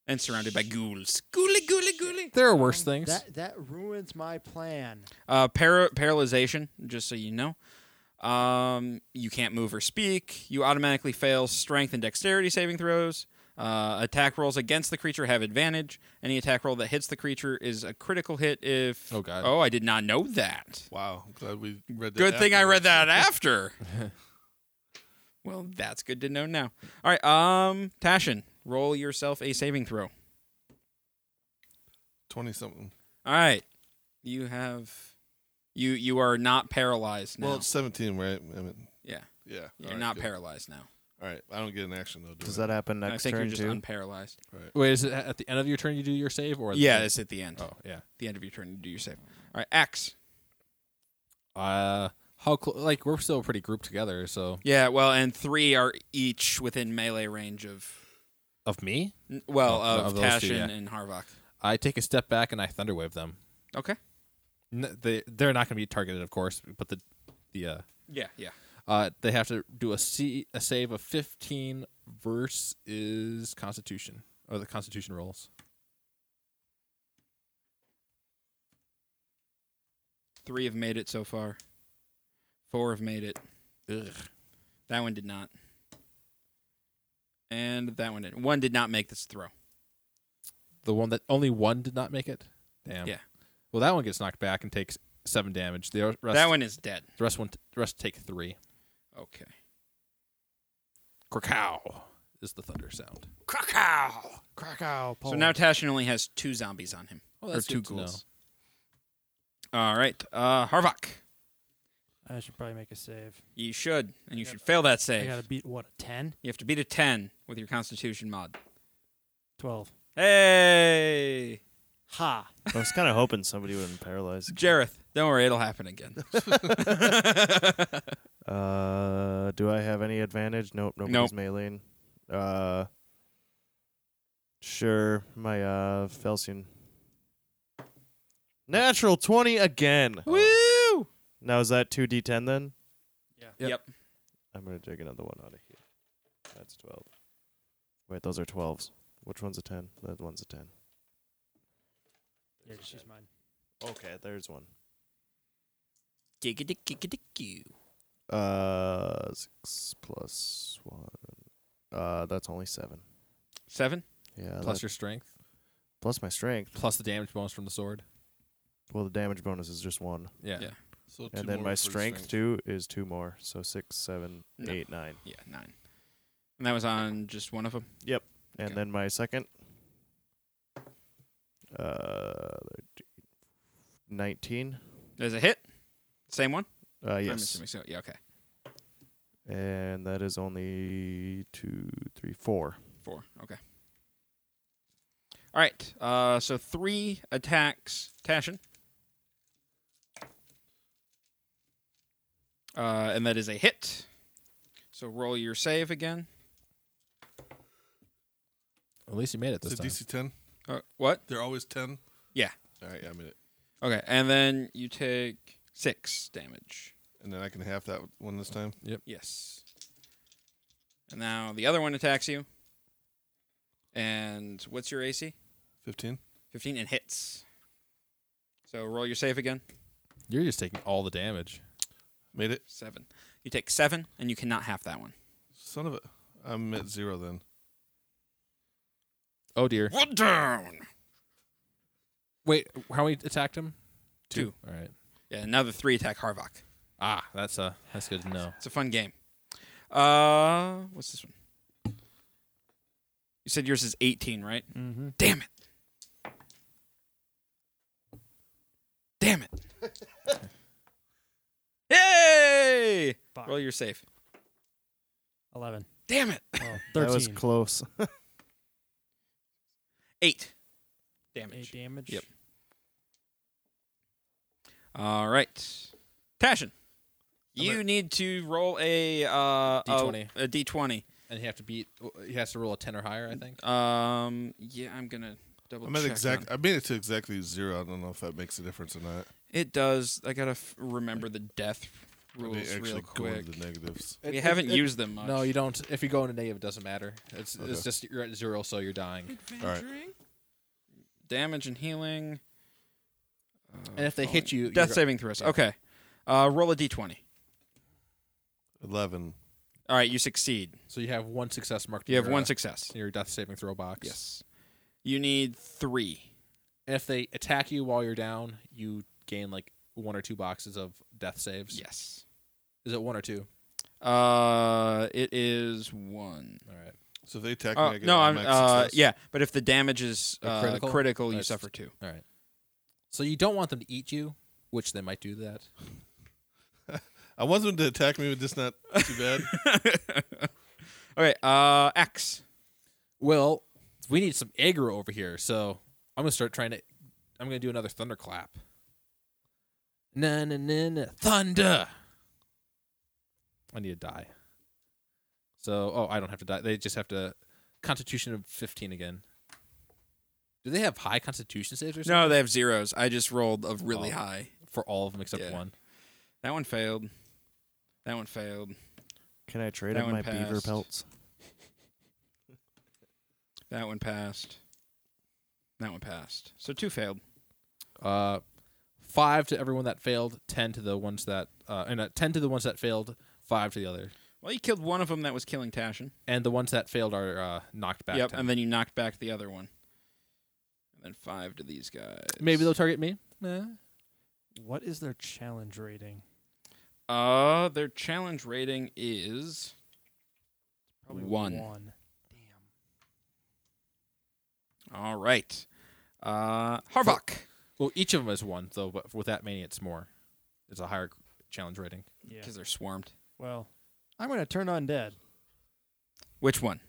[SPEAKER 1] and surrounded by ghouls. Ghouly ghouly ghouly.
[SPEAKER 2] There are worse things.
[SPEAKER 4] that that ruins my plan.
[SPEAKER 1] Uh, para- paralyzation, just so you know. Um, you can't move or speak. You automatically fail strength and dexterity saving throws. Uh, attack rolls against the creature have advantage. Any attack roll that hits the creature is a critical hit if.
[SPEAKER 2] Oh, God.
[SPEAKER 1] Oh, I did not know that.
[SPEAKER 3] Wow, I'm glad we read. that
[SPEAKER 1] Good thing I read
[SPEAKER 3] afterwards.
[SPEAKER 1] that after. well, that's good to know now. All right, um, Tashin, roll yourself a saving throw.
[SPEAKER 3] Twenty something.
[SPEAKER 1] All right, you have, you you are not paralyzed now.
[SPEAKER 3] Well, it's seventeen, right? I mean,
[SPEAKER 1] yeah,
[SPEAKER 3] yeah. all
[SPEAKER 1] you're
[SPEAKER 3] right,
[SPEAKER 1] not
[SPEAKER 3] good.
[SPEAKER 1] paralyzed now.
[SPEAKER 3] All right, I don't get an action though. Do
[SPEAKER 5] Does
[SPEAKER 3] I?
[SPEAKER 5] that happen
[SPEAKER 1] I
[SPEAKER 5] next
[SPEAKER 1] think
[SPEAKER 5] turn
[SPEAKER 1] you're just
[SPEAKER 5] too?
[SPEAKER 1] unparalyzed.
[SPEAKER 2] Wait, is it at the end of your turn you do your save or? at the
[SPEAKER 1] Yeah,
[SPEAKER 2] end?
[SPEAKER 1] it's at the end.
[SPEAKER 2] Oh yeah.
[SPEAKER 1] The end of your turn, you do your save. All right, Axe.
[SPEAKER 2] Uh, how close? Like we're still pretty grouped together, so
[SPEAKER 1] Yeah, well, and three are each within melee range of,
[SPEAKER 2] of me,
[SPEAKER 1] n- well,
[SPEAKER 2] Oh,
[SPEAKER 1] of,
[SPEAKER 2] of those
[SPEAKER 1] Tashin
[SPEAKER 2] two, yeah.
[SPEAKER 1] and Harvok.
[SPEAKER 2] I take a step back and I thunderwave them.
[SPEAKER 1] Okay.
[SPEAKER 2] N- they they're not going to be targeted, of course, but the the uh,
[SPEAKER 1] Yeah, yeah.
[SPEAKER 2] uh they have to do a C a save of fifteen versus Constitution or the Constitution rolls.
[SPEAKER 1] Three have made it so far. Four have made it. Ugh. That one did not. And that one did. One did not make this throw.
[SPEAKER 2] The one that only one did not make it. Damn.
[SPEAKER 1] Yeah.
[SPEAKER 2] Well, that one gets knocked back and takes seven damage. The rest
[SPEAKER 1] That one is dead.
[SPEAKER 2] the rest one the rest take three.
[SPEAKER 1] Okay.
[SPEAKER 2] Krakow is the thunder sound.
[SPEAKER 1] Krakow.
[SPEAKER 4] Krakow.
[SPEAKER 1] So now Tashin only has two zombies on him.
[SPEAKER 2] Oh,
[SPEAKER 1] or two ghouls. All right. Uh, Harvok,
[SPEAKER 4] I should probably make a save.
[SPEAKER 1] you should. And you
[SPEAKER 4] I
[SPEAKER 1] should
[SPEAKER 4] got-
[SPEAKER 1] fail that
[SPEAKER 4] I
[SPEAKER 1] save.
[SPEAKER 4] got to beat what a 10?
[SPEAKER 1] You have to beat a 10 with your constitution mod.
[SPEAKER 4] 12.
[SPEAKER 1] Hey!
[SPEAKER 4] Ha.
[SPEAKER 5] I was kind of hoping somebody wouldn't paralyze.
[SPEAKER 1] Jareth, don't worry, it'll happen again.
[SPEAKER 5] Uh, do I have any advantage? Nope, nobody's
[SPEAKER 1] Nope.
[SPEAKER 5] mailing. Uh, sure, my uh Felsian. Natural twenty again. Oh.
[SPEAKER 1] Woo!
[SPEAKER 5] Now is that two D ten then?
[SPEAKER 1] Yep.
[SPEAKER 5] I'm gonna dig another one out of here. That's twelve. Wait, those are twelves. Which one's a ten? That one's a ten.
[SPEAKER 4] Yeah, just use mine.
[SPEAKER 5] Okay, there's one.
[SPEAKER 1] Giggity giggity goo.
[SPEAKER 5] Uh, six plus one. Uh, that's only seven.
[SPEAKER 1] Seven?
[SPEAKER 5] Yeah,
[SPEAKER 2] Plus
[SPEAKER 5] that-
[SPEAKER 2] your strength,
[SPEAKER 5] plus my strength.
[SPEAKER 2] plus the damage bonus from the sword.
[SPEAKER 5] Well, the damage bonus is just one.
[SPEAKER 2] Yeah.
[SPEAKER 1] Yeah.
[SPEAKER 3] So two
[SPEAKER 5] and then
[SPEAKER 3] more
[SPEAKER 5] my
[SPEAKER 3] for
[SPEAKER 5] strength, too is two more. So six, seven,
[SPEAKER 1] No.
[SPEAKER 5] eight, nine.
[SPEAKER 1] Yeah, nine. And that was on just one of them?
[SPEAKER 5] And
[SPEAKER 1] Okay.
[SPEAKER 5] then my second. Uh, nineteen.
[SPEAKER 1] There's a hit? Same one?
[SPEAKER 5] Uh,
[SPEAKER 1] I'm
[SPEAKER 5] yes.
[SPEAKER 1] assuming so. Yeah, okay.
[SPEAKER 5] And that is only two, three, four.
[SPEAKER 1] Four. Okay. All right. Uh, so three attacks. Tashin. Uh, and that is a hit. So roll your save again.
[SPEAKER 2] At least you made it
[SPEAKER 3] Is
[SPEAKER 2] this
[SPEAKER 3] it
[SPEAKER 2] time.
[SPEAKER 3] DC ten?
[SPEAKER 1] Uh, what?
[SPEAKER 3] They're always ten.
[SPEAKER 1] Yeah.
[SPEAKER 3] All right, yeah, I mean it,
[SPEAKER 1] Okay. And then you take six damage.
[SPEAKER 3] and then I can half that one this time.
[SPEAKER 1] Yes. And now the other one attacks you. And what's your AC?
[SPEAKER 3] Fifteen.
[SPEAKER 1] 15 and hits. So roll your save again.
[SPEAKER 2] You're just taking all the damage.
[SPEAKER 3] Made it.
[SPEAKER 1] Seven. You take seven, and you cannot half that one.
[SPEAKER 3] Son of a. I'm at zero then.
[SPEAKER 2] Oh dear.
[SPEAKER 1] One down.
[SPEAKER 2] Wait, how many attacked him?
[SPEAKER 1] Two.
[SPEAKER 2] All right.
[SPEAKER 1] Yeah, another three attack Harvok.
[SPEAKER 2] Ah, that's uh that's good to know.
[SPEAKER 1] It's a fun game. Uh, what's this one? You said yours is 18, right?
[SPEAKER 4] Mm-hmm.
[SPEAKER 1] Damn it. Damn it. Yay!
[SPEAKER 4] Fuck.
[SPEAKER 1] Roll your save.
[SPEAKER 4] 11.
[SPEAKER 1] Damn it.
[SPEAKER 4] Oh, 13.
[SPEAKER 5] That was close.
[SPEAKER 1] Eight
[SPEAKER 4] 8
[SPEAKER 1] damage.
[SPEAKER 4] damage.
[SPEAKER 1] Yep. All right. Tashin. You need to roll a uh a-
[SPEAKER 2] D20.
[SPEAKER 1] a d20.
[SPEAKER 2] And he have to beat he has to roll a 10 or higher, I think.
[SPEAKER 1] Um. Yeah, I'm gonna double
[SPEAKER 3] I'm at
[SPEAKER 1] check.
[SPEAKER 3] exact.
[SPEAKER 1] on-
[SPEAKER 3] I made it to exactly zero. I don't know if that makes a difference or not.
[SPEAKER 1] It does. I gotta f- remember the death
[SPEAKER 3] I didn't
[SPEAKER 1] rules real
[SPEAKER 3] actually go
[SPEAKER 1] quick.
[SPEAKER 3] into the negatives.
[SPEAKER 1] we haven't used them much.
[SPEAKER 2] No, you don't. If you go into negative, it doesn't matter. It's
[SPEAKER 3] Okay.
[SPEAKER 2] it's just you're at zero, so you're dying.
[SPEAKER 3] All right.
[SPEAKER 1] damage and healing. Uh,
[SPEAKER 2] And if they hit you,
[SPEAKER 1] death
[SPEAKER 2] you're-
[SPEAKER 1] Uh, saving throws.
[SPEAKER 2] yeah.
[SPEAKER 1] Okay. Uh, roll a d20.
[SPEAKER 3] Eleven.
[SPEAKER 1] All right, you succeed.
[SPEAKER 2] So you have one success marked. in
[SPEAKER 1] You have
[SPEAKER 2] your,
[SPEAKER 1] one
[SPEAKER 2] uh,
[SPEAKER 1] success.
[SPEAKER 2] in your death saving throw box.
[SPEAKER 1] Yes. You need three.
[SPEAKER 2] And if they attack you while you're down, you gain like one or two boxes of death saves.
[SPEAKER 1] Yes.
[SPEAKER 2] Is it one or two?
[SPEAKER 1] Uh, it is one.
[SPEAKER 2] All right.
[SPEAKER 3] So if they attack
[SPEAKER 1] Uh,
[SPEAKER 3] me, I get
[SPEAKER 1] no,
[SPEAKER 3] an
[SPEAKER 1] I'm.
[SPEAKER 3] automatic
[SPEAKER 1] Uh,
[SPEAKER 3] success.
[SPEAKER 1] yeah, but if the damage is
[SPEAKER 2] Like
[SPEAKER 1] uh, critical,
[SPEAKER 2] critical?
[SPEAKER 1] you
[SPEAKER 2] That's-
[SPEAKER 1] suffer two.
[SPEAKER 2] All right. So you don't want them to eat you, which they might do that.
[SPEAKER 3] I want them to attack me, but just not too bad.
[SPEAKER 1] Okay. Uh, X.
[SPEAKER 2] Well, we need some aggro over here, so I'm gonna start trying to. I'm gonna do another thunderclap. Na na na na thunder. I need to die. So, oh, I don't have to die. They just have to Constitution of 15 again. Do they have high Constitution saves or something
[SPEAKER 1] No, they have zeros. I just rolled a really
[SPEAKER 2] Oh.
[SPEAKER 1] high.
[SPEAKER 2] for all of them except
[SPEAKER 1] Yeah.
[SPEAKER 2] one?
[SPEAKER 1] That one failed. That one failed.
[SPEAKER 5] Can I trade
[SPEAKER 1] That one
[SPEAKER 5] in my beaver
[SPEAKER 1] passed.
[SPEAKER 5] pelts?
[SPEAKER 1] That one passed. That one passed. So two failed.
[SPEAKER 2] Uh, five to everyone that failed, ten to the ones that uh, and uh, ten to the ones that failed, five to the other,
[SPEAKER 1] Well, you killed one of them that was killing Tashin.
[SPEAKER 2] and the ones that failed are uh, knocked back.
[SPEAKER 1] Yep,
[SPEAKER 2] 10.
[SPEAKER 1] and then you knocked back the other one. And then five to these guys.
[SPEAKER 2] Maybe they'll target me. Eh.
[SPEAKER 4] What is their challenge rating?
[SPEAKER 1] Uh, their challenge rating is
[SPEAKER 4] Probably
[SPEAKER 1] One.
[SPEAKER 4] One. Damn.
[SPEAKER 1] all right. Uh, Harvok.
[SPEAKER 2] Well, each of them is one, though, but with that many, it's more. It's a higher challenge rating.
[SPEAKER 4] Yeah.
[SPEAKER 1] because they're swarmed.
[SPEAKER 4] Well, I'm gonna turn undead.
[SPEAKER 1] Which one?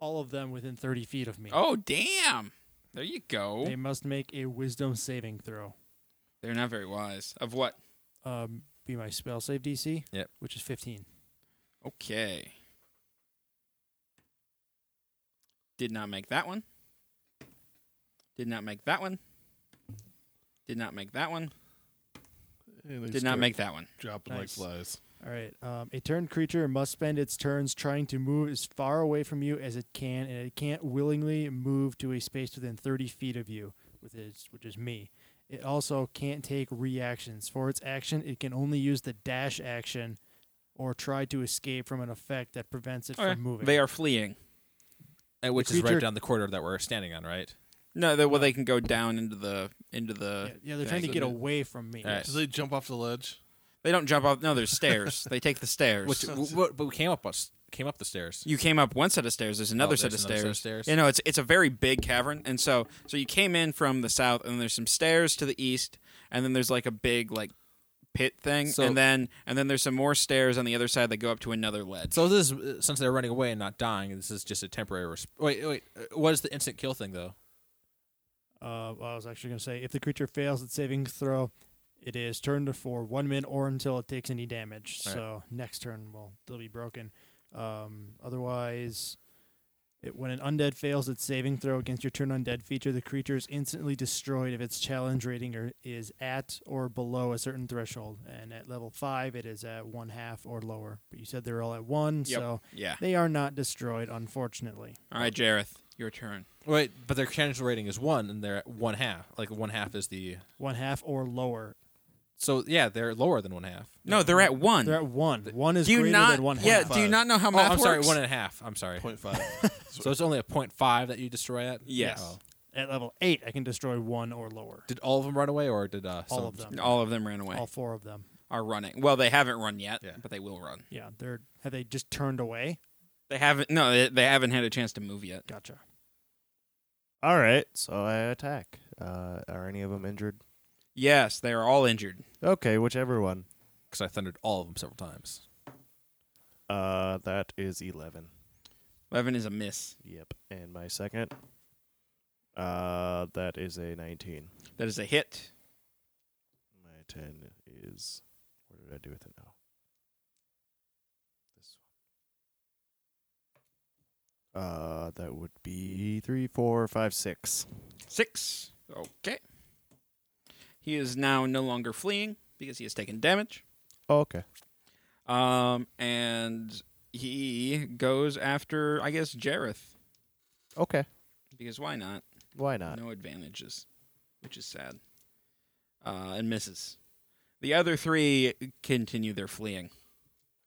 [SPEAKER 4] All of them within 30 feet of me.
[SPEAKER 1] Oh, damn! There you go.
[SPEAKER 4] They must make a wisdom saving throw.
[SPEAKER 1] They're not very wise. Of what?
[SPEAKER 4] Um, be my spell save DC.
[SPEAKER 2] Yep.
[SPEAKER 4] Which is 15.
[SPEAKER 1] Okay. Did not make that one. Did not make that one. Did not make that one.
[SPEAKER 3] And they
[SPEAKER 1] Did not
[SPEAKER 3] start
[SPEAKER 1] make that one.
[SPEAKER 3] dropping
[SPEAKER 4] Nice.
[SPEAKER 3] like flies.
[SPEAKER 4] All right. Um, a turned creature must spend its turns trying to move as far away from you as it can, and it can't willingly move to a space within 30 feet of you, with its, which is me. It also can't take reactions. For its action, it can only use the dash action or try to escape from an effect that prevents it
[SPEAKER 1] Okay.
[SPEAKER 4] from moving.
[SPEAKER 1] They are fleeing.
[SPEAKER 2] And which is
[SPEAKER 4] creature-
[SPEAKER 2] right down the corridor that we're standing on, right?
[SPEAKER 1] No, they, well, they can go down into the into the.
[SPEAKER 4] yeah, yeah, they're trying to
[SPEAKER 1] thing.
[SPEAKER 4] get away from me.
[SPEAKER 2] All right.
[SPEAKER 3] Does they jump off the ledge?
[SPEAKER 1] They don't jump off. No, there's stairs. they take the stairs.
[SPEAKER 2] Which, w- w- but we came up us came up the stairs.
[SPEAKER 1] You came up one set of stairs. There's another
[SPEAKER 2] Oh,
[SPEAKER 1] set
[SPEAKER 2] there's
[SPEAKER 1] of
[SPEAKER 2] another set of
[SPEAKER 1] stairs.
[SPEAKER 2] stairs.
[SPEAKER 1] You know, it's it's a very big cavern, and so so you came in from the south, and there's some stairs to the east, and then there's like a big like pit thing,
[SPEAKER 2] So-
[SPEAKER 1] and then and then there's some more stairs on the other side that go up to another ledge.
[SPEAKER 2] So this is, uh, since they're running away and not dying, this is just a temporary. Resp- wait, wait. uh, What is the instant kill thing though?
[SPEAKER 4] Uh, well, I was actually going to say if the creature fails its saving throw, it is turned for one minute or until it takes any damage.
[SPEAKER 2] All right.
[SPEAKER 4] So next turn, well, they'll be broken. Um, otherwise, it, when an undead fails its saving throw against your turn undead feature, the creature is instantly destroyed if its challenge rating or, is at or below a certain threshold. And at level five, it is at one half or lower. But you said they're all at one,
[SPEAKER 1] Yep.
[SPEAKER 4] so
[SPEAKER 1] yeah.
[SPEAKER 4] they are not destroyed, unfortunately.
[SPEAKER 1] All right, Jareth, your turn.
[SPEAKER 2] Wait, but their challenge rating is one, and they're at one half. Like one half is the.
[SPEAKER 4] One half or lower.
[SPEAKER 2] So yeah, they're lower than one half.
[SPEAKER 1] No, they're at one.
[SPEAKER 4] They're at one. One is
[SPEAKER 1] do you
[SPEAKER 4] greater
[SPEAKER 1] not?
[SPEAKER 4] than one
[SPEAKER 1] yeah.
[SPEAKER 4] half.
[SPEAKER 1] Do you not know how
[SPEAKER 2] Oh, I'm
[SPEAKER 1] math
[SPEAKER 2] sorry,
[SPEAKER 1] works?
[SPEAKER 2] one and a half. I'm sorry.
[SPEAKER 3] Point five.
[SPEAKER 2] So it's only a point five that you destroy at.
[SPEAKER 1] Yes.
[SPEAKER 2] Oh.
[SPEAKER 4] at level eight, I can destroy one or lower.
[SPEAKER 2] Did all of them run away, or did uh, some
[SPEAKER 4] all of them.
[SPEAKER 1] All of them ran away.
[SPEAKER 4] All four of them.
[SPEAKER 1] Are running. Well, they haven't run yet,
[SPEAKER 2] Yeah.
[SPEAKER 1] but they will run.
[SPEAKER 4] Yeah, they're have they just turned away?
[SPEAKER 1] They haven't. No, they, they haven't had a chance to move yet.
[SPEAKER 4] Gotcha.
[SPEAKER 5] All right, so I attack. Uh, are any of them injured?
[SPEAKER 1] Yes, they are all injured.
[SPEAKER 5] Okay, whichever one.
[SPEAKER 2] Because I thundered all of them several times.
[SPEAKER 5] Uh, that is eleven.
[SPEAKER 1] Eleven is a miss.
[SPEAKER 5] Yep. And my second. Uh, that is a nineteen.
[SPEAKER 1] That is a hit.
[SPEAKER 5] My ten is. What did I do with it now? This one. Uh, that would be three, four, five, six.
[SPEAKER 1] Six. Okay. He is now no longer fleeing because he has taken damage.
[SPEAKER 5] Oh, okay.
[SPEAKER 1] Um, and he goes after, I guess, Jareth
[SPEAKER 5] Okay.
[SPEAKER 1] because why not?
[SPEAKER 5] Why not?
[SPEAKER 1] No advantages, which is sad. Uh, and misses. The other three continue their fleeing.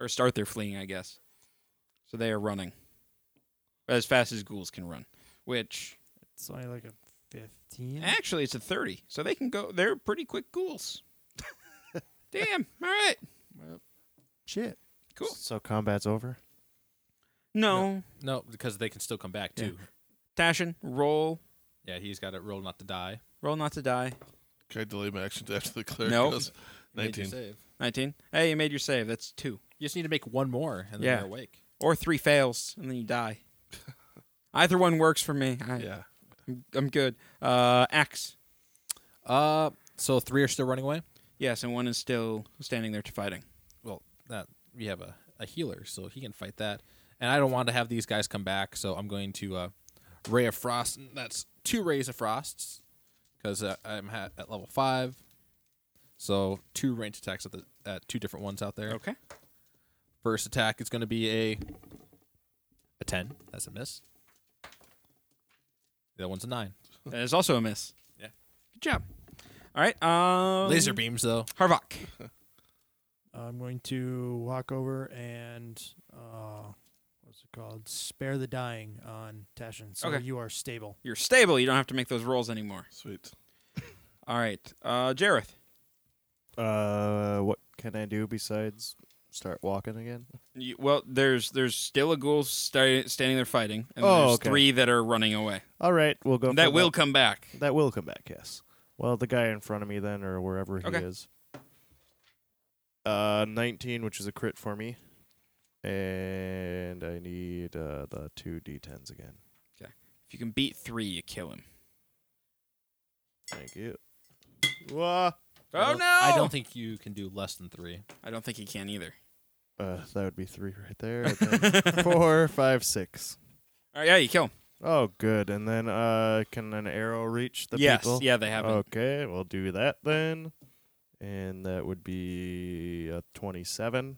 [SPEAKER 1] or start their fleeing, I guess. So they are running as fast as ghouls can run, which
[SPEAKER 4] It's only like a 15.
[SPEAKER 1] actually it's a 30. So they can go, they're pretty quick ghouls. Damn. All right.
[SPEAKER 4] Shit.
[SPEAKER 1] Cool.
[SPEAKER 5] So combat's over.
[SPEAKER 1] No.
[SPEAKER 2] No, because they can still come back
[SPEAKER 1] Yeah.
[SPEAKER 2] too.
[SPEAKER 1] Tashin, roll.
[SPEAKER 2] Yeah, he's got it roll not to die.
[SPEAKER 1] Roll not to die.
[SPEAKER 3] Can I delay my action to after the cleric
[SPEAKER 1] No.
[SPEAKER 3] goes? Nineteen.
[SPEAKER 1] 19. Hey, you made your save. That's two.
[SPEAKER 2] You just need to make one more and then
[SPEAKER 1] Yeah.
[SPEAKER 2] you're awake.
[SPEAKER 1] Or three fails, and then you die. Either one works for me. I,
[SPEAKER 3] Yeah.
[SPEAKER 1] I'm, I'm good. Uh, axe.
[SPEAKER 2] Uh, so three are still running away.
[SPEAKER 1] Yes, and one is still standing there to fighting.
[SPEAKER 2] Well, that we have a, a healer, so he can fight that. And I don't want to have these guys come back, so I'm going to uh, ray of frost. and That's two rays of frosts because uh, I'm ha- at level five. So two ranged attacks at the at two different ones out there.
[SPEAKER 1] Okay.
[SPEAKER 2] First attack is going to be a a ten. That's a miss. The other one's a nine.
[SPEAKER 1] That is also a miss.
[SPEAKER 2] Yeah.
[SPEAKER 1] Good job. All right. Um,
[SPEAKER 2] Laser beams though.
[SPEAKER 1] Harvok.
[SPEAKER 4] I'm going to walk over and uh, what's it called? Spare the dying on Tashin. So
[SPEAKER 1] Okay.
[SPEAKER 4] you are stable.
[SPEAKER 1] You're stable. You don't have to make those rolls anymore.
[SPEAKER 3] Sweet.
[SPEAKER 1] All right. Uh, Jareth.
[SPEAKER 5] Uh, what can I do besides start walking again?
[SPEAKER 1] You, well, there's there's still a ghoul sta- standing there fighting, and
[SPEAKER 5] Oh,
[SPEAKER 1] there's
[SPEAKER 5] okay.
[SPEAKER 1] three that are running away.
[SPEAKER 5] All right, we'll go.
[SPEAKER 1] that
[SPEAKER 5] for
[SPEAKER 1] will come back.
[SPEAKER 5] That will come back, yes. Well, the guy in front of me then, or wherever
[SPEAKER 1] Okay.
[SPEAKER 5] he is. Uh, 19, which is a crit for me. And I need uh, the two d10s again.
[SPEAKER 1] If you can beat three, you kill him.
[SPEAKER 5] Thank you. Wah.
[SPEAKER 1] Oh
[SPEAKER 2] I don't-
[SPEAKER 1] no!
[SPEAKER 2] I don't think you can do less than three.
[SPEAKER 1] I don't think he can either.
[SPEAKER 5] Uh, that would be three right there. and then Four, five, six.
[SPEAKER 1] All right, yeah, you kill him.
[SPEAKER 5] Oh, good. And then uh, can an arrow reach the
[SPEAKER 1] yes,
[SPEAKER 5] people? Oh,
[SPEAKER 1] yeah, they have it.
[SPEAKER 5] Okay, we'll do that then. And that would be a 27.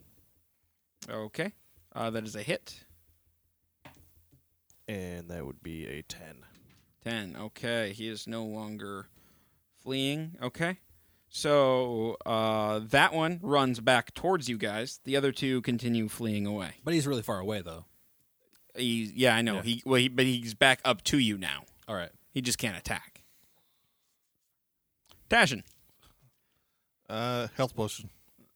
[SPEAKER 1] Okay, uh, that is a hit.
[SPEAKER 5] And that would be a 10.
[SPEAKER 1] Ten. Okay, he is no longer fleeing. Okay, so uh, that one runs back towards you guys. The other two continue fleeing away.
[SPEAKER 2] But he's really far away though.
[SPEAKER 1] He, yeah, I know.
[SPEAKER 2] Yeah.
[SPEAKER 1] He, well, he, but he's back up to you now.
[SPEAKER 2] All right.
[SPEAKER 1] He just can't attack. Tashin.
[SPEAKER 3] Uh, health potion.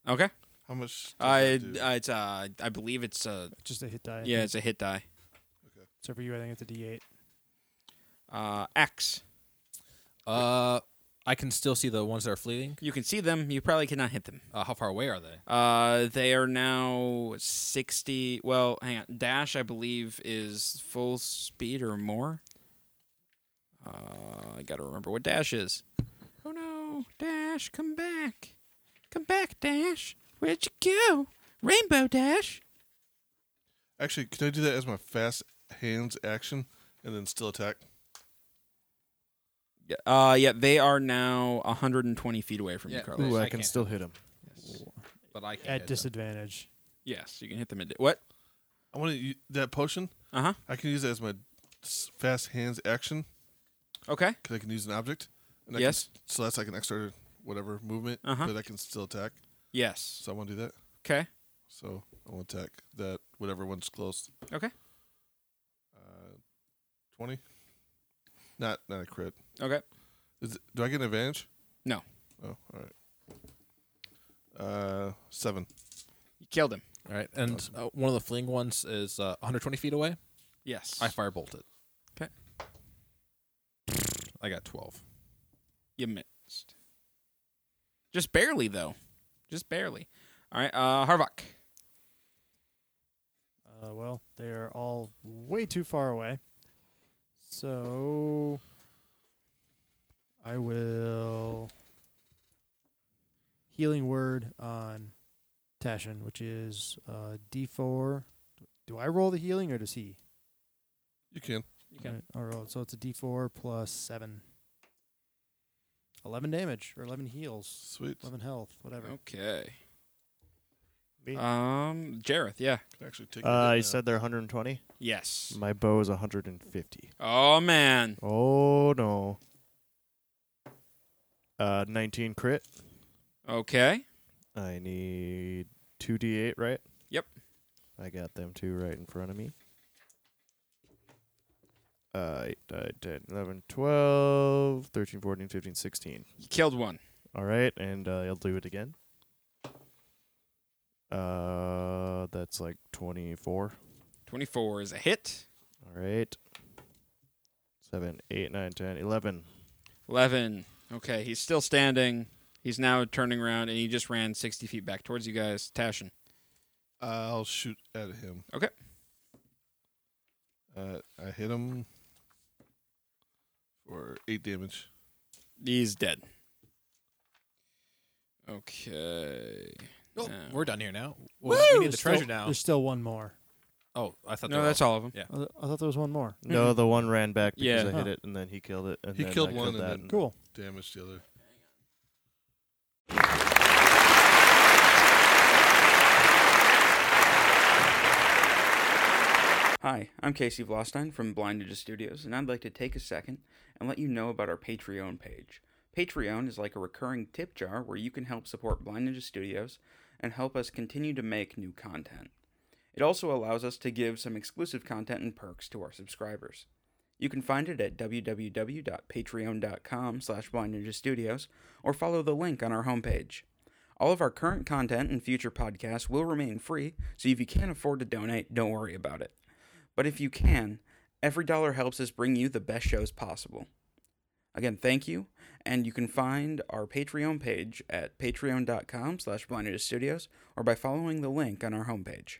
[SPEAKER 1] Okay.
[SPEAKER 3] How much? does
[SPEAKER 1] I,
[SPEAKER 3] that do?
[SPEAKER 1] uh, it's uh, I believe it's uh,
[SPEAKER 4] Just a hit die. I
[SPEAKER 1] yeah,
[SPEAKER 4] think.
[SPEAKER 1] it's a hit die.
[SPEAKER 4] So for you, I think it's a D8.
[SPEAKER 1] Uh, axe.
[SPEAKER 2] Uh, I can still see the ones that are fleeing.
[SPEAKER 1] You can see them. You probably cannot hit them.
[SPEAKER 2] Uh, how far away are they?
[SPEAKER 1] Uh, they are now sixty. Well, hang on. Dash, I believe, is full speed or more. Uh, I gotta remember what dash is. Oh no, Dash, come back, come back, Dash. Where'd you go, Rainbow Dash?
[SPEAKER 3] Actually, can I do that as my fast hands action and then still attack?
[SPEAKER 1] Yeah, Uh, yeah, they are now 120 feet away from you,
[SPEAKER 2] Yeah.
[SPEAKER 1] Carlos.
[SPEAKER 5] Ooh,
[SPEAKER 2] I
[SPEAKER 5] I,
[SPEAKER 2] can't
[SPEAKER 5] can still hit him.
[SPEAKER 3] uh,
[SPEAKER 2] But I can't.
[SPEAKER 4] At
[SPEAKER 2] hit them.
[SPEAKER 4] disadvantage.
[SPEAKER 1] Yes, you can hit them. In what?
[SPEAKER 3] I want to that potion.
[SPEAKER 1] Uh huh.
[SPEAKER 3] I can use that as my s- fast hands action
[SPEAKER 1] Okay.
[SPEAKER 3] because I can use an object. And I
[SPEAKER 1] Yes.
[SPEAKER 3] Can, s- so that's like an extra whatever movement,
[SPEAKER 1] Uh-huh.
[SPEAKER 3] but I can still attack.
[SPEAKER 1] Yes.
[SPEAKER 3] So I want to do that.
[SPEAKER 1] Okay.
[SPEAKER 3] So I will attack that whatever one's close.
[SPEAKER 1] Okay.
[SPEAKER 3] Uh, Twenty. Not not a crit.
[SPEAKER 1] Okay.
[SPEAKER 3] Is it, do I get an advantage?
[SPEAKER 1] No.
[SPEAKER 3] Oh, all right. Uh, seven.
[SPEAKER 1] You killed him.
[SPEAKER 2] All right, and uh, one of the fleeing ones is uh, 120 feet away.
[SPEAKER 1] Yes.
[SPEAKER 2] I firebolt it.
[SPEAKER 1] 'Kay.
[SPEAKER 2] I got 12.
[SPEAKER 1] you missed. Just barely though. Just barely. All right. Uh, Harvok.
[SPEAKER 4] Uh, well, they are all way too far away. So I will healing word on Tashin, which is uh, D4. Do I roll the healing or does he?
[SPEAKER 3] You can.
[SPEAKER 1] You can.
[SPEAKER 4] Alright, I'll roll. So it's a D4 plus seven. Eleven damage or eleven heals,
[SPEAKER 3] Sweet.
[SPEAKER 4] eleven health, whatever.
[SPEAKER 1] Okay.
[SPEAKER 5] Me?
[SPEAKER 1] Um, Jareth. Yeah.
[SPEAKER 3] Can actually take.
[SPEAKER 5] Uh,
[SPEAKER 3] it
[SPEAKER 5] you said they're 120.
[SPEAKER 1] Yes.
[SPEAKER 5] My bow is 150.
[SPEAKER 1] Oh man.
[SPEAKER 5] Oh no. Uh, 19 crit.
[SPEAKER 1] Okay.
[SPEAKER 5] I need 2d8, right?
[SPEAKER 6] Yep.
[SPEAKER 5] I got them two right in front of me. Uh, 8, 9, 10, 11, 12, 13, 14, 15, 16.
[SPEAKER 6] You killed one.
[SPEAKER 5] All right, and uh, I'll do it again. Uh, that's like 24.
[SPEAKER 6] 24 is a hit.
[SPEAKER 5] All right. 7, 8, 9, 10, 11.
[SPEAKER 6] 11. Okay, he's still standing. He's now turning around and he just ran 60 feet back towards you guys. Tashin.
[SPEAKER 3] I'll shoot at him.
[SPEAKER 6] Okay.
[SPEAKER 3] Uh, I hit him for eight damage.
[SPEAKER 6] He's dead. Okay.
[SPEAKER 2] Oh,
[SPEAKER 6] Yeah.
[SPEAKER 2] we're done here now. Well, we need the
[SPEAKER 4] There's still-
[SPEAKER 2] treasure now.
[SPEAKER 4] There's still one more.
[SPEAKER 2] Oh, I thought
[SPEAKER 6] No, that's all of them.
[SPEAKER 2] Yeah.
[SPEAKER 4] I th- I thought there was one more.
[SPEAKER 5] No, the one ran back because
[SPEAKER 6] Yeah.
[SPEAKER 5] I hit
[SPEAKER 4] Huh.
[SPEAKER 5] it, and then he killed it. And
[SPEAKER 3] Mm-hmm. He
[SPEAKER 5] then
[SPEAKER 3] killed
[SPEAKER 5] I
[SPEAKER 3] one and
[SPEAKER 5] that
[SPEAKER 3] then-
[SPEAKER 4] Cool.
[SPEAKER 3] Damage the other.
[SPEAKER 1] Hi, I'm Casey Vlostein from Blind Ninja Studios, and I'd like to take a second and let you know about our Patreon page. Patreon is like a recurring tip jar where you can help support Blind Ninja Studios and help us continue to make new content. It also allows us to give some exclusive content and perks to our subscribers. You can find it at www.patreon.com slash Studios or follow the link on our homepage. All of our current content and future podcasts will remain free, so if you can't afford to donate, don't worry about it. But if you can, every dollar helps us bring you the best shows possible. Again, thank you, and you can find our Patreon page at patreon.com slash Studios or by following the link on our homepage.